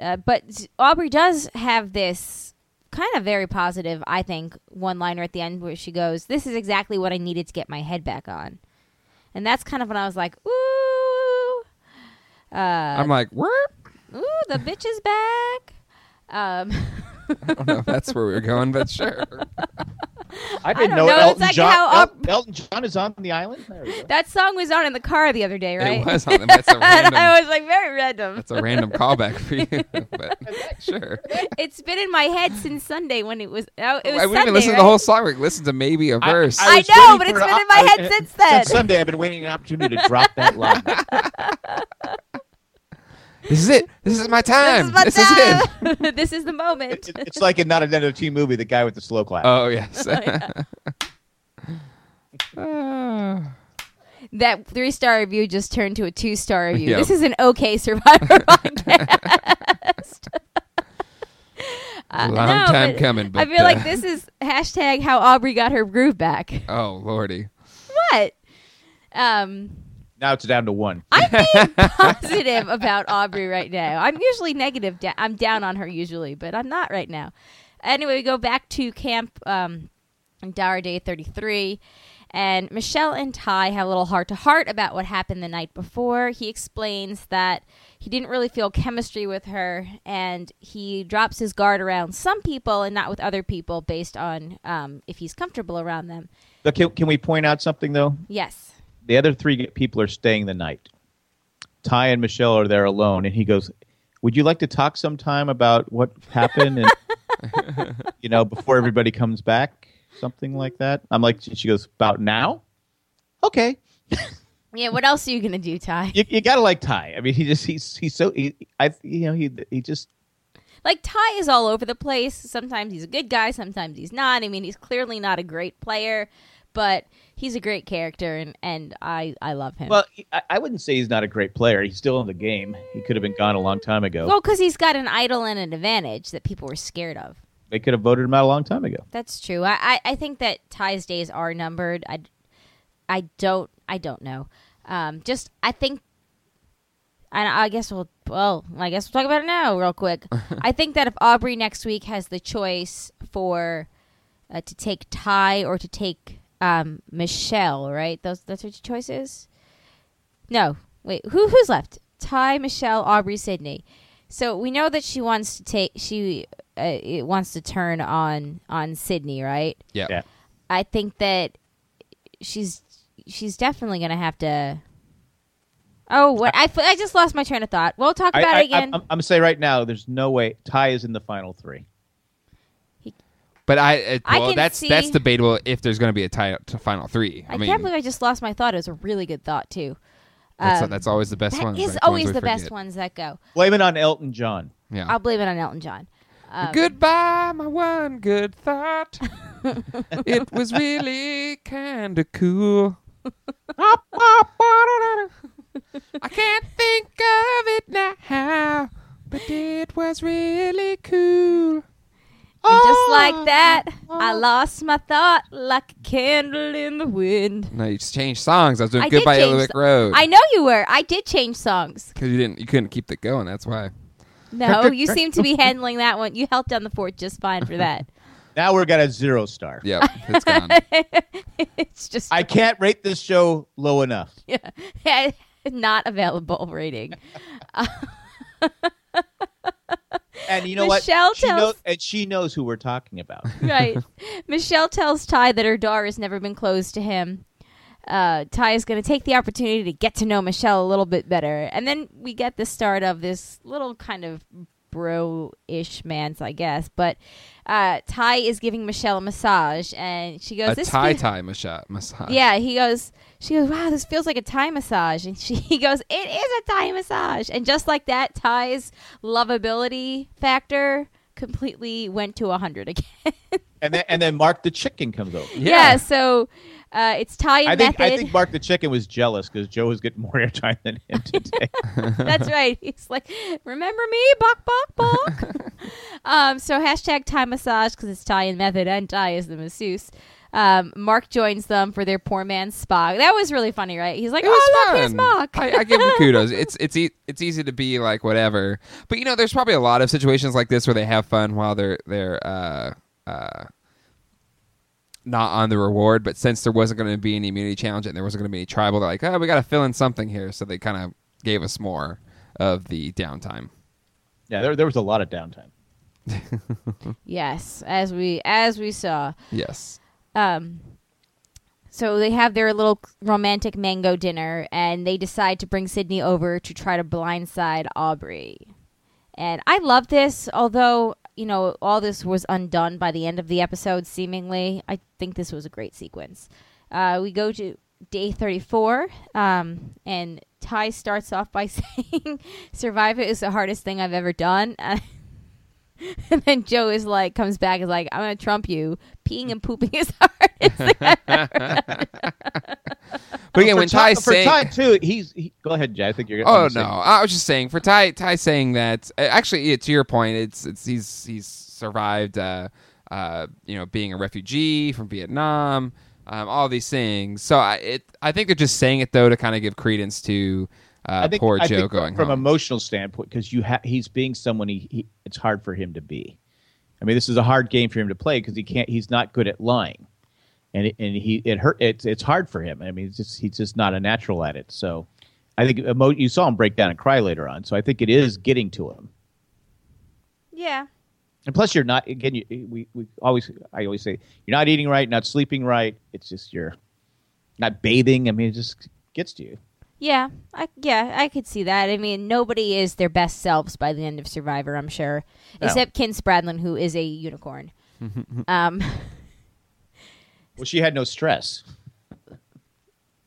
B: uh, but Aubrey does have this kind of very positive, I think, one liner at the end where she goes, "This is exactly what I needed to get my head back on," and that's kind of when I was like, "Ooh." uh,
A: I'm like, where?
B: Ooh, the bitch is back. Um, [laughs]
A: I don't know if Oh, that's where we were going, but sure.
C: I didn't
B: don't
C: know,
B: know, it's
C: Elton
B: like
C: John.
B: how
C: El-
B: up-
C: Elton John is on the island. There we go.
B: that song was on in the car the other day, [laughs] right?
A: It was on them. That's a
B: [laughs] and I
A: random,
B: was like, very random.
A: that's a random callback for
B: [laughs]
A: you. [laughs] but sure.
B: it's been in my head since Sunday when it was. Oh, it was
A: I
B: Sunday,
A: wouldn't even listen
B: right?
A: to the whole song. We listened to maybe a verse.
B: I
C: was
B: know,
C: waiting
B: but
C: for
B: it's
C: an
B: been
C: op-
B: in my head
C: I-
B: since then.
C: Sunday, I've been waiting an opportunity to drop
B: [laughs]
C: that line.
A: this is it. This is my
B: This
A: time.
B: is my
A: it.
B: time. [laughs] this is the moment.
C: It- it- it's like in not another teen movie, the guy with the slow clap.
A: Oh
B: [laughs]
A: yes.
B: uh, that three star review just turned to a two star review.
A: Yep.
B: This is an okay
A: [laughs]
B: Survivor podcast.
A: [laughs]
B: Uh,
A: Long time
B: but
A: coming,
B: I
A: but,
B: feel like
A: uh,
B: this is hashtag how Aubrey got her groove back.
A: oh lordy.
B: What? Um,
C: Now it's down to one.
B: positive about Aubrey right now. I'm usually negative. Da- I'm down on her usually, but I'm not right now. Anyway, we go back to camp um, on Dower Day 33, and Michelle and Ty have a little heart to heart about what happened the night before. He explains that he didn't really feel chemistry with her, and he drops his guard around some people and not with other people based on um, if he's comfortable around them.
C: But can, can we point out something though?
B: Yes.
C: The other three people are staying the night. Ty and Michelle are there alone, and he goes, "Would you like to talk sometime about what happened?" And you know, before everybody comes back, something like that. I'm like, she goes, "About now." Okay,
B: Yeah, what else are you going to do, Ty?
C: you, you gotta like Ty. I mean, he just he's he's so he, I you know he he just
B: Like Ty is all over the place. Sometimes he's a good guy, sometimes he's not. I mean, he's clearly not a great player, but he's a great character, and and I I love him.
C: well I, I wouldn't say he's not a great player. He's still in the game. He could have been gone a long time ago.
B: well, because he's got an idol and an advantage that people were scared of.
C: They could have voted him out a long time ago.
B: That's true. I I, I think that Ty's days are numbered. I I don't I don't know. Um, just I think. And I guess we'll well, I guess we'll talk about it now, real quick. I think that if Aubrey next week has the choice for uh, to take Ty or to take um, Michelle, right? Those that's what your choice is. No, wait, who who's left? Ty, Michelle, Aubrey, Sydney. So we know that she wants to take she uh, it wants to turn on on Sydney, right?
A: Yeah.
C: Yeah.
B: I think that she's she's definitely gonna have to. Oh, what I, f- I just lost my train of thought. We'll talk about
C: I,
B: it again.
C: am gonna say right now, there's no way Ty is in the final three.
A: But I, it,
B: I
A: well,
B: can
A: that's
B: see-
A: that's debatable if there's going to be a tie to final three. I,
B: I
A: mean,
B: can't believe I just lost my thought. It was a really good thought too.
A: that's, that's always the best
B: That
A: one.
B: is always the best ones that go.
C: Blame it on Elton John.
A: Yeah.
B: I'll blame it on Elton John. Um,
A: Goodbye, my one good
B: [laughs]
A: thought. it was really kind of cool. I can't think of it now, but it was really cool.
B: And just like that, I lost my thought like a candle in the wind.
A: No, you just changed songs. I was doing
B: I did
A: Goodbye
B: change
A: Yellow Brick
B: so-
A: Road
B: I know you were. I did change songs.
A: because you didn't, you couldn't keep it going. That's why.
B: No, you seem to be handling that one. You held down the fort just fine for that. [laughs]
C: Now we're got a zero star.
A: Yep, it's gone.
B: it's just
C: I can't rate this show low enough.
B: [laughs] not available rating.
C: And you know
B: Michelle
C: what? She
B: tells-
C: knows, and she knows who we're talking about.
B: right. Michelle tells Ty that her door has never been closed to him. Uh, Ty is going to take the opportunity to get to know Michelle a little bit better. And then we get the start of this little kind of bro ish man's, I guess. But uh, Ty is giving Michelle a massage, and she goes,
A: a
B: This
A: tie
B: fe-
A: tie massage. massage.
B: Yeah, he goes. She goes, "Wow, this feels like a Thai massage," and she [laughs] he goes, "It is a Thai massage." And just like that, Ty's lovability factor completely went to hundred again. [laughs]
C: and then and then Mark the Chicken comes over.
B: Yeah, so uh, it's Thai
C: I
B: and
C: think
B: method.
C: I think Mark the Chicken was jealous because Joe was getting more [laughs] airtime than him today.
B: [laughs]
A: [laughs]
B: That's right. He's like, remember me, bok bok
A: [laughs]
B: bok. um, so hashtag Thai massage because it's Thai and method, and Thai is the masseuse. Um, Mark joins them for their poor man's spa. That was really funny, right? He's like,
A: It
B: "Oh,
A: was
B: look, here's
A: fun.
B: Mark."
A: I, I give
B: [laughs]
A: him kudos. It's it's e- it's easy to be like whatever, but you know, there's probably a lot of situations like this where they have fun while they're they're uh, uh, not on the reward. But since there wasn't going to be any immunity challenge and there wasn't going to be any tribal, they're like, oh, we got to fill in something here, so they kind of gave us more. of the downtime.
C: Yeah, there, there was a lot of downtime.
B: Yes, as we as we saw.
A: Yes.
B: um so they have their little romantic mango dinner and they decide to bring sydney over to try to blindside aubrey and i love this although you know all this was undone by the end of the episode seemingly i think this was a great sequence uh, we go to day 34 um, and ty starts off by [laughs] saying survivor is the hardest thing i've ever done [laughs] and then Joe is like, comes back is like, I'm gonna trump you. Peeing and pooping is [laughs] hard.
A: But again,
C: for
A: when Ty
C: Ty- for
A: saying,
C: Ty too, he's he, go ahead, Jay. I think you're.
A: oh
C: I'm
A: no,
C: saying-
A: I was just saying for Ty. Ty saying that uh, actually, yeah, to your point, it's it's he's he's survived, uh, uh, you know, being a refugee from Vietnam, um, all these things. So I it I think they're just saying it though to kind of give credence to uh,
C: I think,
A: poor
C: I
A: Joe
C: think
A: going
C: from
A: home.
C: emotional standpoint because you ha- he's being someone he, he it's hard for him to be. I mean, this is a hard game for him to play because he can't. He's not good at lying, and it, and he it hurt. It's it's hard for him. I mean, it's just he's just not a natural at it. So, I think emo- you saw him break down and cry later on. So I think it is getting to him.
B: yeah.
C: And plus, you're not again. You, we we always I always say you're not eating right, not sleeping right. It's just you're not bathing. I mean, it just gets to you.
B: Yeah. I yeah, I could see that. I mean, nobody is their best selves by the end of Survivor, I'm sure.
C: No.
B: Except Kin Spradlin, who is a unicorn. um
C: Well, she had no stress.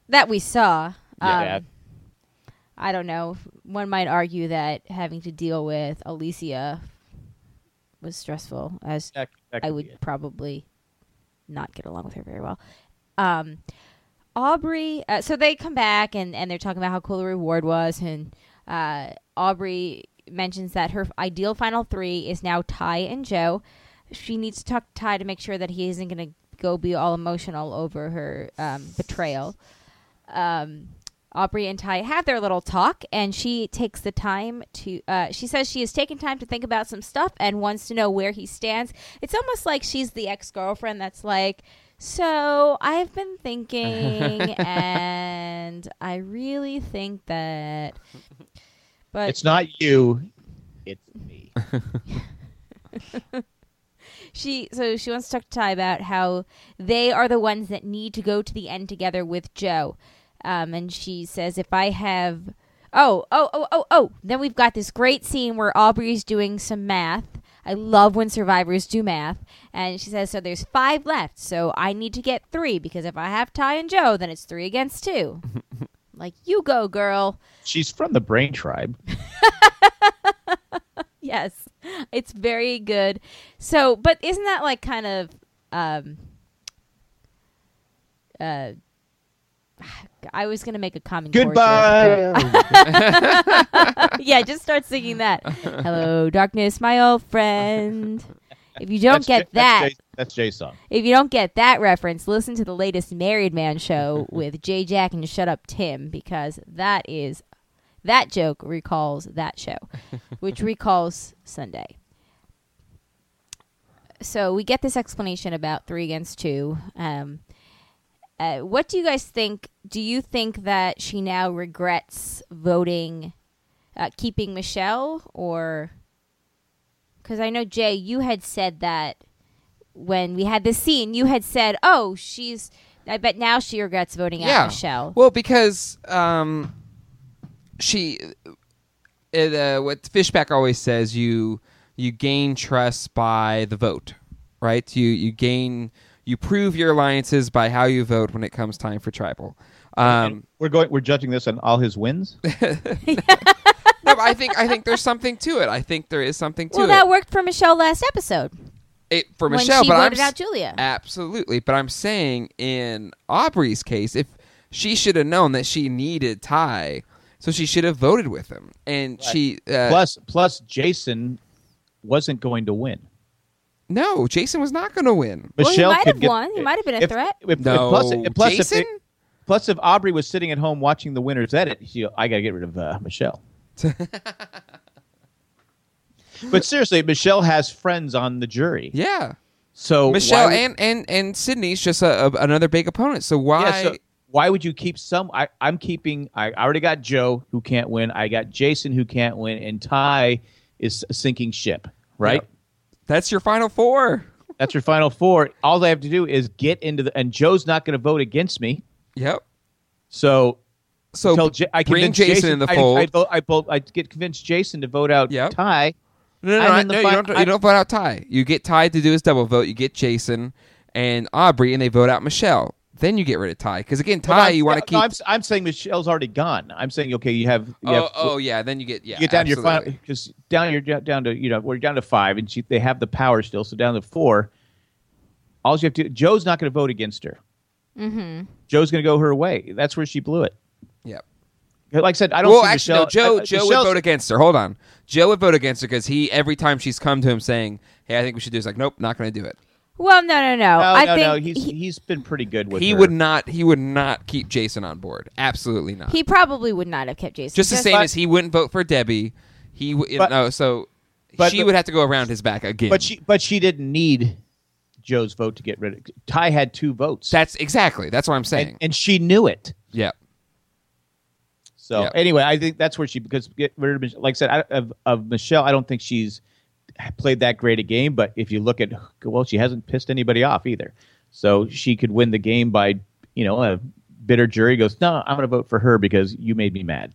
B: that we saw. Um,
C: Yeah.
B: I don't know. One might argue that having to deal with Alicia was stressful as
C: That- that
B: I
C: could
B: would
C: be it.
B: probably not get along with her very well. Um, Aubrey, uh, so they come back and, and they're talking about how cool the reward was, and uh, Aubrey mentions that her ideal final three is now Ty and Joe. She needs to talk to Ty to make sure that he isn't going to go be all emotional over her um, betrayal. Um, Aubrey and Ty have their little talk, and she takes the time to. Uh, she says she has taken time to think about some stuff and wants to know where he stands. It's almost like she's the ex girlfriend that's like, So I've been thinking, and I really think that. But
C: It's not you. It's me.
B: she so she wants to talk to Ty about how they are the ones that need to go to the end together with Joe, um, and she says if I have, oh oh oh oh oh, then we've got this great scene where Aubrey's doing some math. I love when survivors do math, and she says so. There's five left, so I need to get three because if I have Ty and Joe, then it's three against two. like you go, girl.
C: She's from the Brain Tribe.
B: Yes, it's very good. So, but isn't that like kind of, um, uh, I was gonna make a common chord joke,
C: Goodbye.
B: but- [laughs] yeah, just start singing that. Hello, darkness, my old friend. If you don't
C: That's
B: get
C: Jay-
B: that,
C: That's Jay, that's Jay's song.
B: if you don't get that reference, listen to the latest Married Man show with Jay Jack and Shut Up Tim because that is that joke recalls
A: [laughs]
B: that show, which recalls Sunday. So we get this explanation about three against two. Um, uh, what do you guys think? Do you think that she now regrets voting, uh, keeping Michelle, or because I know Jay, you had said that when we had this scene, you had said, "Oh, she's." I bet now she regrets voting out Michelle.
A: Well, because um, she, it, uh, what Fishback always says, you you gain trust by the vote, right? You you gain you prove your alliances by how you vote when it comes time for tribal. Um,
C: We're going. We're judging this on all his
A: [laughs]
C: wins.
A: no, but I think I think there's something to it. I think there is something to
B: Well,
A: it.
B: that worked for Michelle last episode.
A: it for
B: When
A: Michelle,
B: she
A: but
B: voted
A: I'm s-
B: out Julia.
A: Absolutely, but I'm saying in Aubrey's case, if she should have known that she needed Ty, so she should have voted with him, and she uh,
C: plus, plus Jason wasn't going to win.
A: no, Jason was not going to win.
B: Well, he
C: Michelle
B: might
C: could
B: have
C: get-
B: won. He might have been a
C: if-
B: threat.
C: if- if-
A: No.
C: plus, if- plus if
A: Jason?
C: it- plus if Aubrey was sitting at home watching the winners edit, she, I got to get rid of uh,
A: [laughs]
C: Michelle. but seriously, Michelle has friends on the jury.
A: Yeah,
C: So why
A: Michelle
C: would-
A: and and and Sydney's just a, a, another big opponent. So why
C: Yeah, so- why would you keep some? I, I'm keeping. I already got Joe who can't win. I got Jason who can't win, and Ty is a sinking ship. Right.
A: Yep. That's your final four.
C: [laughs] That's your final four. All they have to do is get into the. And Joe's not going to vote against me.
A: Yep.
C: So
A: So
C: tell J- I
A: bring
C: convince
A: Jason, in the
C: I-
A: fold.
C: I, vote, I, vote, I get convinced Jason to vote out
A: Yep.
C: Ty.
A: No, no, no,
C: I'm
A: I-
C: in the
A: no,
C: fi-
A: you, don't, you
C: I-
A: don't vote out Ty. You get Ty to do his double vote. You get Jason and Aubrey, and they vote out Michelle. Then you get rid of Ty because again, Ty,
C: Well, I'm-
A: you want to
C: no, I'm,
A: keep.
C: I'm saying Michelle's already gone. I'm saying okay, you have. You
A: oh,
C: have
A: oh, yeah. Then you get yeah.
C: you get down to your final
A: absolutely.
C: because down you're down- down to you know we're down to five, and she, they have the power still. So down to four. All you have to Joe's not going to vote against her. Mm-hmm. Joe's going to go her way. That's where she blew it.
A: Yep.
C: Like I said, I don't.
A: Well,
C: see
A: actually,
C: Michelle,
A: no. Joe,
C: I- I-
A: Joe
C: Michelle's-
A: would vote against her. Hold on. Joe would vote against her because he every time she's come to him saying, "Hey, I think we should do," this," like, "Nope, not going to do it."
B: Well, no, no, no.
C: No,
B: I
C: no,
B: think
C: no. He's
B: he,
C: he's been pretty good with.
A: He
C: her.
A: would not. He would not keep Jason on board. Absolutely not.
B: he probably would not have kept Jason.
A: just the same
C: but-
A: as he wouldn't vote for Debbie. He w-
C: But-
A: no. So
C: but-
A: she would have to go around his back again.
C: But she but she didn't need Joe's vote to get rid of. Ty had two votes.
A: That's exactly. That's what I'm saying.
C: and, and she knew it.
A: yeah.
C: So
A: Yeah.
C: anyway, I think that's where she because get rid of Mich- like I said I, of of Michelle. I don't think she's played that great a game, but if you look at well, she hasn't pissed anybody off either. So she could win the game by you know a bitter jury goes no, I'm going to vote for her because you made me mad.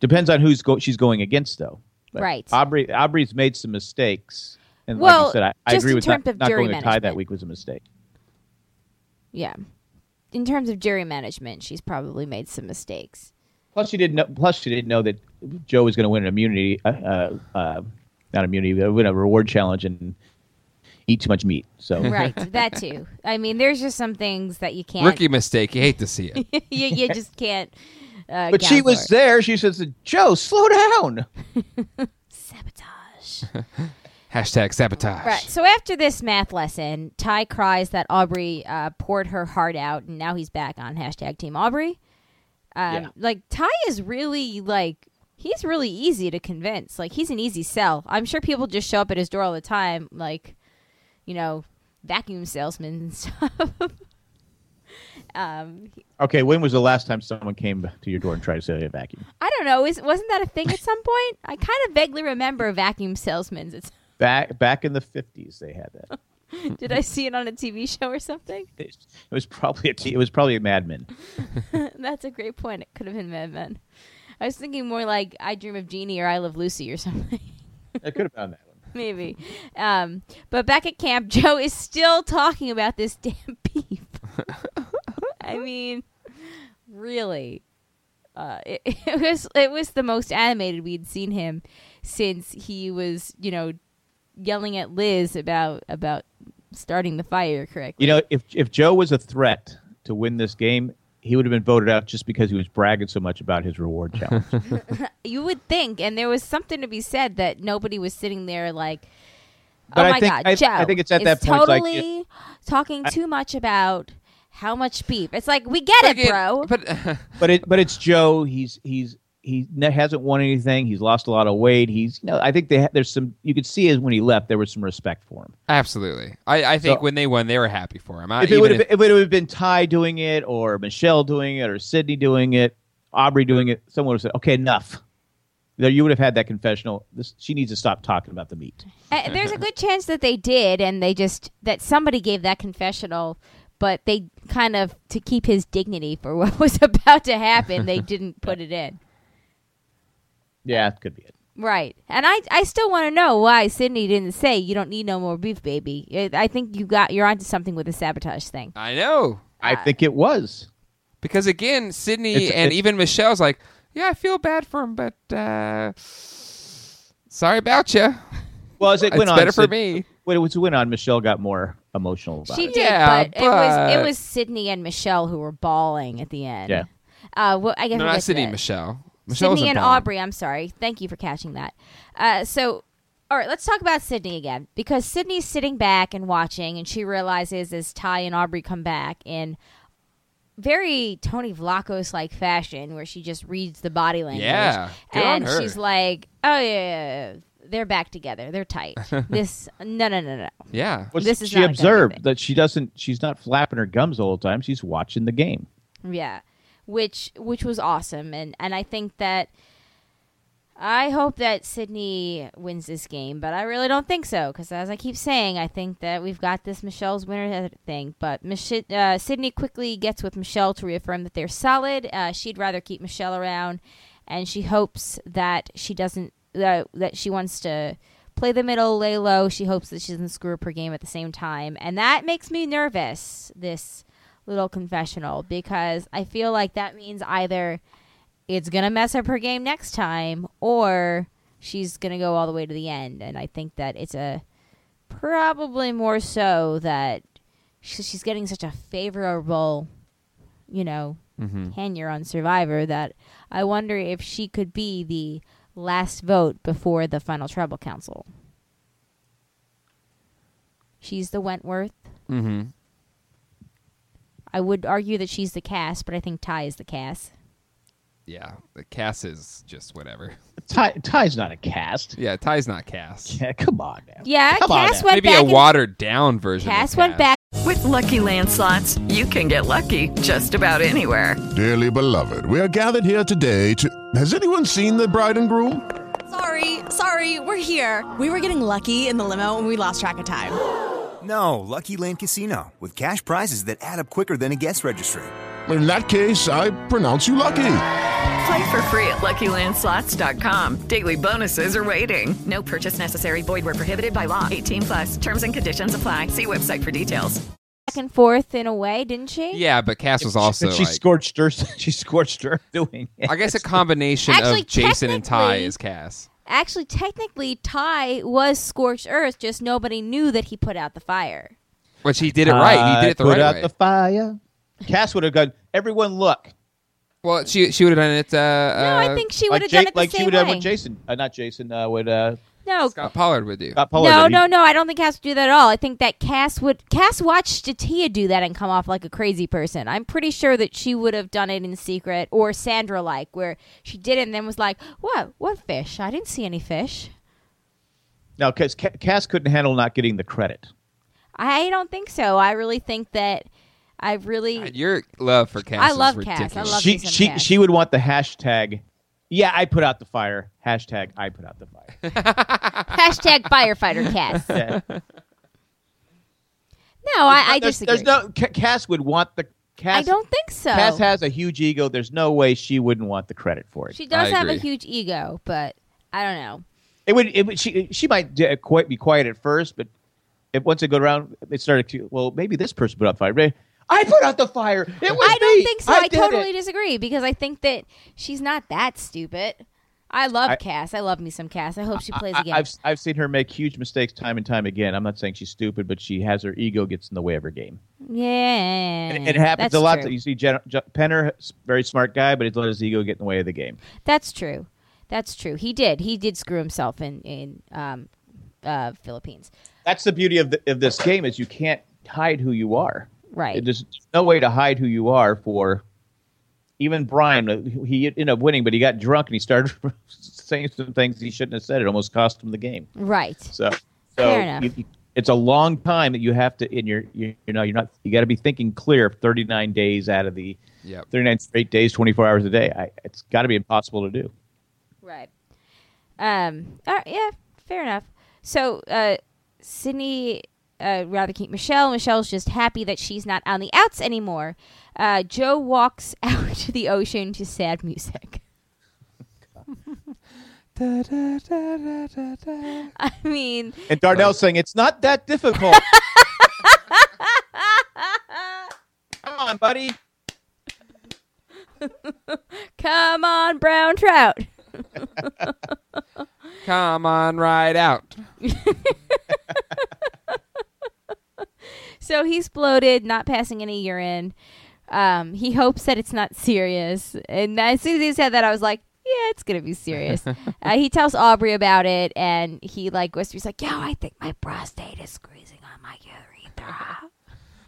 C: Depends on who's go- she's going against though. But
B: Right.
C: Aubrey Aubrey's made some mistakes, and like
B: Well,
C: you said, I, I
B: just
C: agree
B: in
C: with not,
B: terms of
C: not
B: jury
C: going to tie that
B: management.
C: week was a mistake.
B: yeah. In terms of jury management, she's probably made some mistakes.
C: Plus, she didn't know. Plus, she didn't know that Joe was going to win an immunity, uh, uh, uh, not immunity, but win a reward challenge and eat too much meat. So
B: Right, that too. I mean, there's just some things that you can't.
A: Rookie mistake. You hate to see it.
B: [laughs] you, you just can't. Uh,
C: [laughs] but she
B: account
C: was
B: for it.
C: there. She says, "Joe, slow down."
B: sabotage.
A: Hashtag sabotage.
B: Right. So after this math lesson, Ty cries that Aubrey uh, poured her heart out, and now he's back on hashtag Team Aubrey. Um,
C: Yeah.
B: Like Ty is really like he's really easy to convince. Like he's an easy sell. I'm sure people just show up at his door all the time, like you know, vacuum salesmen and [laughs] stuff. um,
C: Okay, when was the last time someone came to your door and tried to sell you a vacuum?
B: I don't know. Is wasn't that a thing at some point? I kind of vaguely remember vacuum salesmen. [laughs] It's,
C: Back back in the fifties, they
B: [laughs]
C: had that.
B: did I see it on a TV show or something?
C: It was probably a t- it was probably a Mad Men.
B: That's a great point. It could have been Mad Men. I was thinking more like I Dream of Jeannie or I Love Lucy or [laughs] something,
C: I could have found that one.
B: maybe. Um, but back at camp, [laughs] Joe is still talking about this damn beef. [laughs] I mean, really, uh, it, [laughs] it was it was the most animated we'd seen him since he was, you know, yelling at Liz about about starting the fire correctly.
C: You know, if if Joe was a threat to win this game, he would have been voted out just because he was bragging so much about his reward
B: [laughs]
C: challenge.
B: Oh You would think, and there was something to be said that nobody was sitting there like, "Oh
C: But I
B: my
C: think-
B: god,
C: I-
B: Joe!"
C: I think it's at that point, it's like,
B: totally talking too much about how much beef. It's like we get
A: But
B: it,
A: again- [laughs]
B: bro.
A: But
C: but it but it's Joe. He's he's he ne- hasn't won anything. He's lost a lot of weight. He's you know I think they ha- there's some you could see is when he left there was some respect for him.
A: absolutely. I, I think
C: So-
A: when they won, they were happy for him. I,
C: If it
A: even
C: would have
A: if-
C: if it would have been Ty doing it or Michelle doing it or Sydney doing it, Aubrey doing it, someone would have said okay enough. There you would have had that confessional. This she needs to stop talking about the meat.
B: Uh, There's a good chance that they did, and they just that somebody gave that confessional, but they kind of to keep his dignity for [laughs] what was about to happen,
C: [laughs]
B: they didn't put it in.
C: Yeah, that could be it.
B: Right. And I, I still want to know why Sydney didn't say you don't need no more beef, baby. I- I think you got you're onto something with the sabotage thing.
A: I know
C: I think it was.
A: because again, Sydney
C: It's-
A: and
C: it's-
A: even Michelle's like, yeah, I feel bad for him, but uh, sorry about you.
C: Well, as it
A: It's
C: went on,
A: better for
C: Sid-
A: me.
C: When it was- went on, Michelle got more emotional about
B: She
C: it.
B: did,
A: Uh, Yeah,
B: but, it was
A: but-
B: it was Sydney and Michelle who were bawling at the end.
C: Yeah.
B: Uh, well, I guess
A: No,
B: we'll get
A: not
B: to
A: Sydney.
B: that.
A: Michelle. Michelle was
B: Sydney
A: a
B: and
A: bomb.
B: Aubrey. I'm sorry. Thank you for catching that. Uh, so, all right, let's talk about Sydney again because Sydney's sitting back and watching, and she realizes as Ty and Aubrey come back in very Tony Vlachos like fashion, where she just reads the body language.
A: Yeah, good on
B: and
A: her.
B: she's like, "Oh yeah, yeah, yeah, they're back together.
A: [laughs]
B: They're tight. this no, no, no, no."
A: Yeah.
C: Well,
B: This
C: she-
B: is
C: she
B: not a good
C: observed
B: thing.
C: that she doesn't. She's not flapping her gums all the time. She's watching the game.
B: Yeah, which which was awesome, and and I think that I hope that Sydney wins this game, but I really don't think so because as I keep saying, I think that we've got this Michelle's winner thing. But Mich- uh, Sydney quickly gets with Michelle to reaffirm that they're solid. Uh, she'd rather keep Michelle around, and she hopes that she doesn't that that she wants to. Play the middle, lay low. She hopes that she doesn't screw up her game at the same time. And that makes me nervous, this little confessional because I feel like that means either it's going to mess up her game next time or she's going to go all the way to the end. And I think that it's a probably more so that sh- she's getting such a favorable, you know, tenure on Survivor that I wonder if she could be the last vote before the final tribal council. She's the Wentworth.
A: Mm-hmm.
B: I would argue that she's the Cass, but I think Ty is the Cass.
A: Yeah, the Cass is just whatever. [laughs]
C: Ty, Ty's not a cast. [laughs]
A: Yeah, Ty's not Cass.
C: Yeah, come on now.
B: Yeah,
C: Come on
B: Cass
C: now.
B: went
A: Maybe
B: back.
A: a
B: and-
A: watered down version. of
B: Cass went back
F: With Lucky Land slots, you can get lucky just about anywhere.
E: Dearly beloved, we are gathered here today to. Has anyone seen the bride and groom?
G: Sorry, sorry, we're here. We were getting lucky in the limo and we lost track of time.
H: No, Lucky Land Casino with cash prizes that add up quicker than a guest registry.
E: In that case, I pronounce you lucky.
F: Play for free at LuckyLandSlots.com. Daily bonuses are waiting. No purchase necessary. Void where prohibited by law. 18 plus. Terms and conditions apply. See website for details.
B: back and forth in a way, didn't she?
A: Yeah, but Cass was also.
C: And she
A: like-
C: scorched her. [laughs] She scorched her doing it.
A: I
C: [laughs]
A: guess a combination
B: Actually,
A: of Jason and Ty
B: technically-
A: is Cass.
B: Actually, technically, Ty was scorched earth. Just nobody knew that he put out the fire.
A: But she did it right. He did it the
C: Uh, Put
A: right
C: out
A: way.
C: the fire. Cass would have gone. Everyone, look.
A: well, she she would have done it. Uh,
B: No,
A: uh,
B: I think she would
C: Like
B: have
C: Jake,
B: done it the
C: like
B: same
C: she would
B: way.
C: have with Jason. Uh, not Jason. Uh, with uh,
B: No,
A: Scott Pollard would do.
C: Scott Pollard.
B: no,
C: did. He-
B: no, no. I don't think Cass would do that at all. I think that Cass would. Cass watched Jatia do that and come off like a crazy person. I'm pretty sure that she would have done it in secret or Sandra like, where she did it and then was like, "What? What fish? I didn't see any fish."
C: No, because Cass couldn't handle not getting the credit.
B: I don't think so. I really think that I really.
A: God, Your love for Cass
B: I love
A: is
B: Cass. I
A: ridiculous.
B: love
C: she
B: me some
C: she
B: Cass.
C: she would want the hashtag. Yeah, I put out the fire. Hashtag I put out
A: [laughs]
C: the fire.
B: Hashtag firefighter
C: [laughs]
B: Cass.
C: Yeah.
B: No, I, I
C: there's,
B: disagree.
C: there's no Ca- Cass would want the Cass.
B: I don't think so.
C: Cass has a huge ego. There's no way she wouldn't want the credit for it.
B: she does
A: I
B: have a
A: agree.
B: huge ego, but I don't know.
C: It would. It would. She. She might uh, quite be quiet at first, but if once it go around, it started to. Well, maybe this person put out the fire. I put out the fire. It was
B: I don't
C: me.
B: think so.
C: I,
B: I,
C: did
B: totally
C: it."
B: disagree because I think that she's not that stupid. I love
C: I-
B: Cass. I love me some Cass. I hope she plays
C: I,
B: again.
C: I've I've seen her make huge mistakes time and time again. I'm not saying she's stupid, but she has her ego gets in the way of her game.
B: yeah,
C: And it happens
B: That's
C: a lot.
B: True.
C: You see, Jen, J- Penner, s- very smart guy, but he's let his ego get in the way of the game.
B: That's true. That's true. He did. He did screw himself in in um, uh, Philippines.
C: That's the beauty of the, of this game is you can't hide who you are.
B: Right.
C: There's there's no way to hide who you are for. Even Brian, uh, he ended up winning, but he got drunk and he started [laughs] saying some things he shouldn't have said. It almost cost him the game.
B: Right.
C: So, so
B: Fair enough.
C: you- you- it's a long time that you have to in your you, you know you're not you got to be thinking clear 39 days out of the
A: Yep.
C: 39 straight days, 24 hours a day. I, it's got to be impossible to do.
B: Right. Um. all right, yeah. Fair enough. So, uh, Sydney uh, rather keep Michelle. Michelle's just happy that she's not on the outs anymore. Uh, Joe walks [laughs] out to the ocean to sad music. I mean,
C: And Darnell's saying it's not that difficult. Come on, buddy.
B: come on, brown trout.
A: Come on, right out.
B: So he's bloated, not passing any urine. Um, he hopes that it's not serious. And as soon as he said that, I was like, yeah, it's going to be serious. uh, he tells Aubrey about it, and he like whispers, like, yo, I think my prostate is squeezing on my urethra.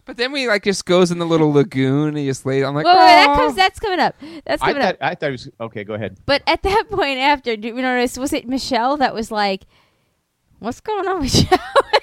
A: But then we like just goes in the little lagoon and he just lays. I'm like,
B: Whoa, whoa, whoa, that
A: "Aw."
B: comes, that's coming up. That's
C: I
B: coming
C: thought,
B: up.
C: I thought it was okay. Go ahead.
B: But at that [laughs] point, after, do you notice, was it Michelle that [laughs] was like, what's going on, Michelle?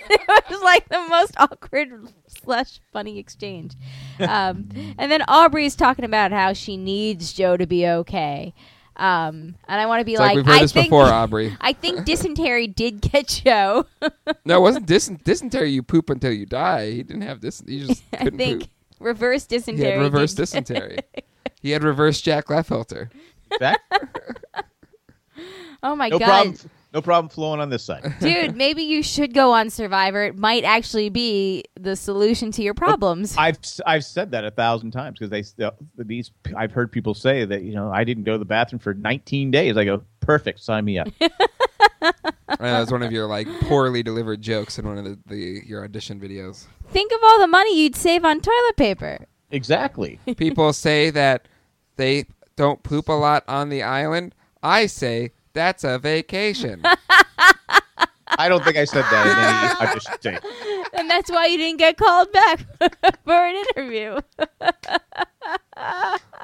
B: it was like the most awkward slash funny exchange.
A: [laughs]
B: Um, and then Aubrey's talking about how she needs Joe to be okay. Um, and I want to be
A: It's like
B: like,
A: we've heard
B: I
A: this
B: think, [laughs]
A: before, Aubrey.
B: I think dysentery did get Joe. [laughs]
A: No, it wasn't [laughs] dis- dysentery. You poop until you die. He didn't have this. He just
B: [laughs] I
A: couldn't
B: think
A: poop.
B: reverse
A: He
B: dysentery.
A: had reverse
B: did- [laughs]
A: dysentery. he had reverse Jack Leffelter.
C: Zach?
B: Oh my
C: No
B: god.
C: problem.
A: [laughs]
C: No problem flowing on this side.
B: Dude, maybe you should go on Survivor. It might actually be the solution to your problems.
C: I've I've said that a thousand times because they still- these I've heard people say that you know I didn't go to the bathroom for 19 days. I go perfect, sign me up.
A: I know, that was one of your [laughs] like poorly delivered jokes in one of the, the your audition videos.
B: Think of all the money you'd save on toilet paper.
C: exactly.
A: People say that they don't poop a lot on the island. I say that's a [laughs] vacation.
C: I don't think I said that. In any audition tape.
B: And that's why you didn't get called back [laughs] for an interview.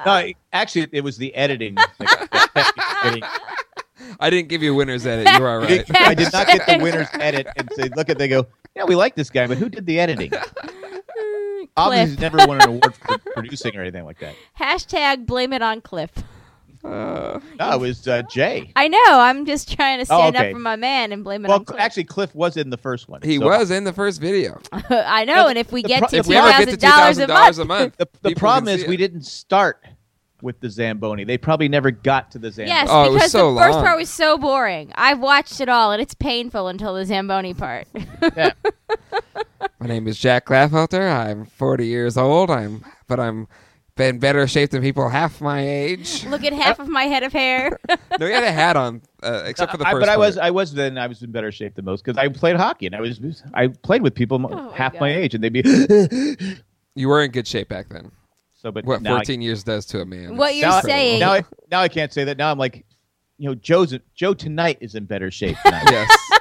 C: No, actually, it was the editing. I
A: I didn't give you winner's edit. You are right. [laughs]
C: did
B: [laughs]
C: not get the winner's edit and say, look at they go. Yeah, we like this guy, but who did
B: [laughs]
C: the editing? Obviously, he's never won an award for producing or anything like that.
B: Hashtag blame it on Cliff.
C: No, it was uh, Jay.
B: I know. I'm just trying to stand
C: okay.
B: up for my man and blame it
C: Well,
B: on Cliff.
C: actually, Cliff was in the first one.
A: He
C: so-
A: was in the first video.
B: [laughs] I know. And if we get to
A: If we
B: two
A: ever get to
B: thousand
A: two thousand dollars
B: dollars
A: a month,
C: [laughs] The, the
A: people
C: problem
A: can
C: is
A: see
C: we
A: it.
C: didn't start with the Zamboni. They probably never got to the Zamboni.
B: Yes,
A: Oh, it was
B: because
A: so
B: the first
A: long.
B: part was so boring. I've watched it all, and it's painful until the Zamboni part. [laughs]
A: My name is Jack Laffelter. I'm 40 years old. I'm, but I'm in better shape than people half my [laughs] age.
B: Look at half of my head of hair. [laughs]
A: No, he had a hat on, uh, except for the
C: I-
A: first.
C: but I was
A: part.
C: I was then I was in better shape than most because I played hockey and I was I played with people
B: Oh my
C: half my
B: God.
C: age and
A: [gasps]
C: they'd be [gasps]
A: you were in good shape back then.
C: so. But
A: What
C: now I-
A: 14 years does to a man.
B: What you're
C: now I,
B: saying?
C: now I now I can't say that. Now I'm like, you know, Joe's Joe tonight is in better shape.
A: [laughs]
C: Than I was.
A: [laughs]
B: [laughs]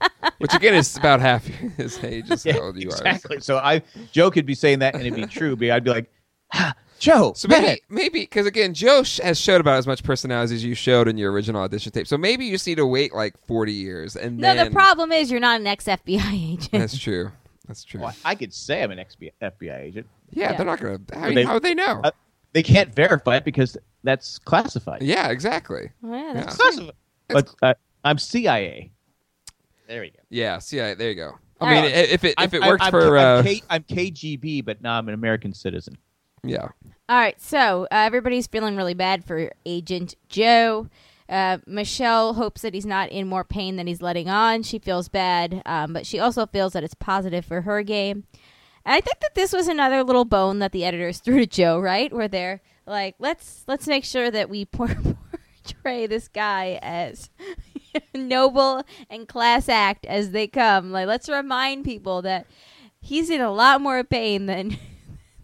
A: Yes. Which again is about half his age.
C: [laughs]
A: Is how old Oh, you
C: exactly. So I Joe could be saying that and
A: [laughs]
C: it'd be true. But I'd be like, "Ah, Joe,
A: are. So
C: man."
A: maybe, maybe because again, Joe sh- has showed about as much personality as you showed in your original audition tape. So maybe you just need to wait like 40 years and
B: no,
A: then.
B: the problem is you're not an ex FBI agent.
A: [laughs] That's true. That's true.
C: Well, I could say I'm an XB, FBI agent.
A: Yeah,
B: Yeah.
A: they're not gonna. How,
C: They-
A: how would they know?
C: Uh, they can't verify it because that's classified.
A: yeah, exactly.
B: Yeah, that's-
C: Classified. But uh, I'm CIA. There we go.
A: Yeah, see, I, there you go. I
B: All
A: mean,
B: right.
A: i if it if it
C: I'm-
A: worked
C: I'm-
A: for,
C: I'm,
A: uh,
C: K, I'm KGB, but now I'm an American citizen.
A: yeah,
B: All right, so uh, everybody's feeling really bad for Agent Joe. Uh, Michelle hopes that he's not in more pain than he's letting on. She feels bad, um, but she also feels that it's positive for her game. And I think that this was another little bone that the editors [laughs] threw to Joe, right? Where they're like, let's let's make sure that we [laughs] por- portray this guy as [laughs] noble and class act as they come. Like, let's remind people that he's in a lot more pain than. [laughs]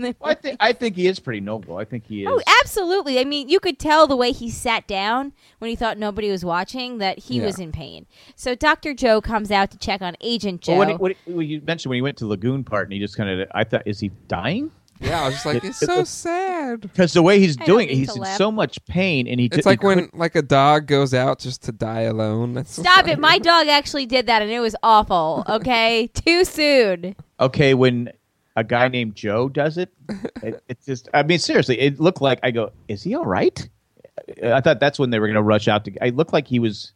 B: than
C: Well, I think I think he is pretty noble. I think he is.
B: Oh, absolutely. I mean, you could tell the way he sat down when he thought nobody was watching that he
A: Yeah.
B: was in pain. So Dr. Joe comes out to check on Agent Joe.
C: Well, when, he- when, he- when you mentioned when he went to Lagoon Part and he just kind of, I thought, is he dying?
A: yeah. I was just
C: [laughs]
A: like, it's so sad.
C: Because the way
B: I
C: he's
B: don't
C: doing it,
B: mean
C: he's
B: to
C: in
B: laugh.
C: so much pain, and he.
A: It's
C: di-
A: like
C: he
A: when
C: couldn't-
A: like a dog goes out just to die alone. That's so
B: Stop
A: sad.
B: it.
C: [laughs]
B: My dog actually did that and it was awful. Okay? [laughs] Too soon.
C: okay when a guy named Joe
B: [laughs]
C: does it. it it's just, I mean, seriously, it looked like I go, is he all right? I thought that's when they were going to rush out to. It looked like he was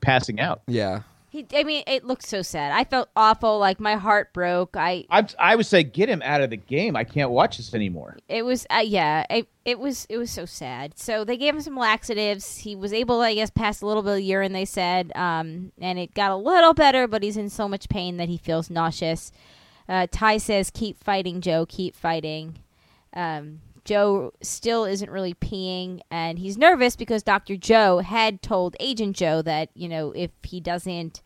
C: passing out.
A: [laughs] Yeah,
B: He, I mean, it looked so sad. I felt awful. Like my heart broke. I
C: I I would say get him out of the game. I can't watch this anymore.
B: it was uh, yeah it, it was it was so sad so they gave him some laxatives he was able i guess pass a little bit of urine they said um, and it got a little better but he's in so much pain that he feels nauseous uh, ty says keep fighting joe keep fighting um, joe still isn't really peeing and he's nervous because dr joe had told agent joe that you know if he doesn't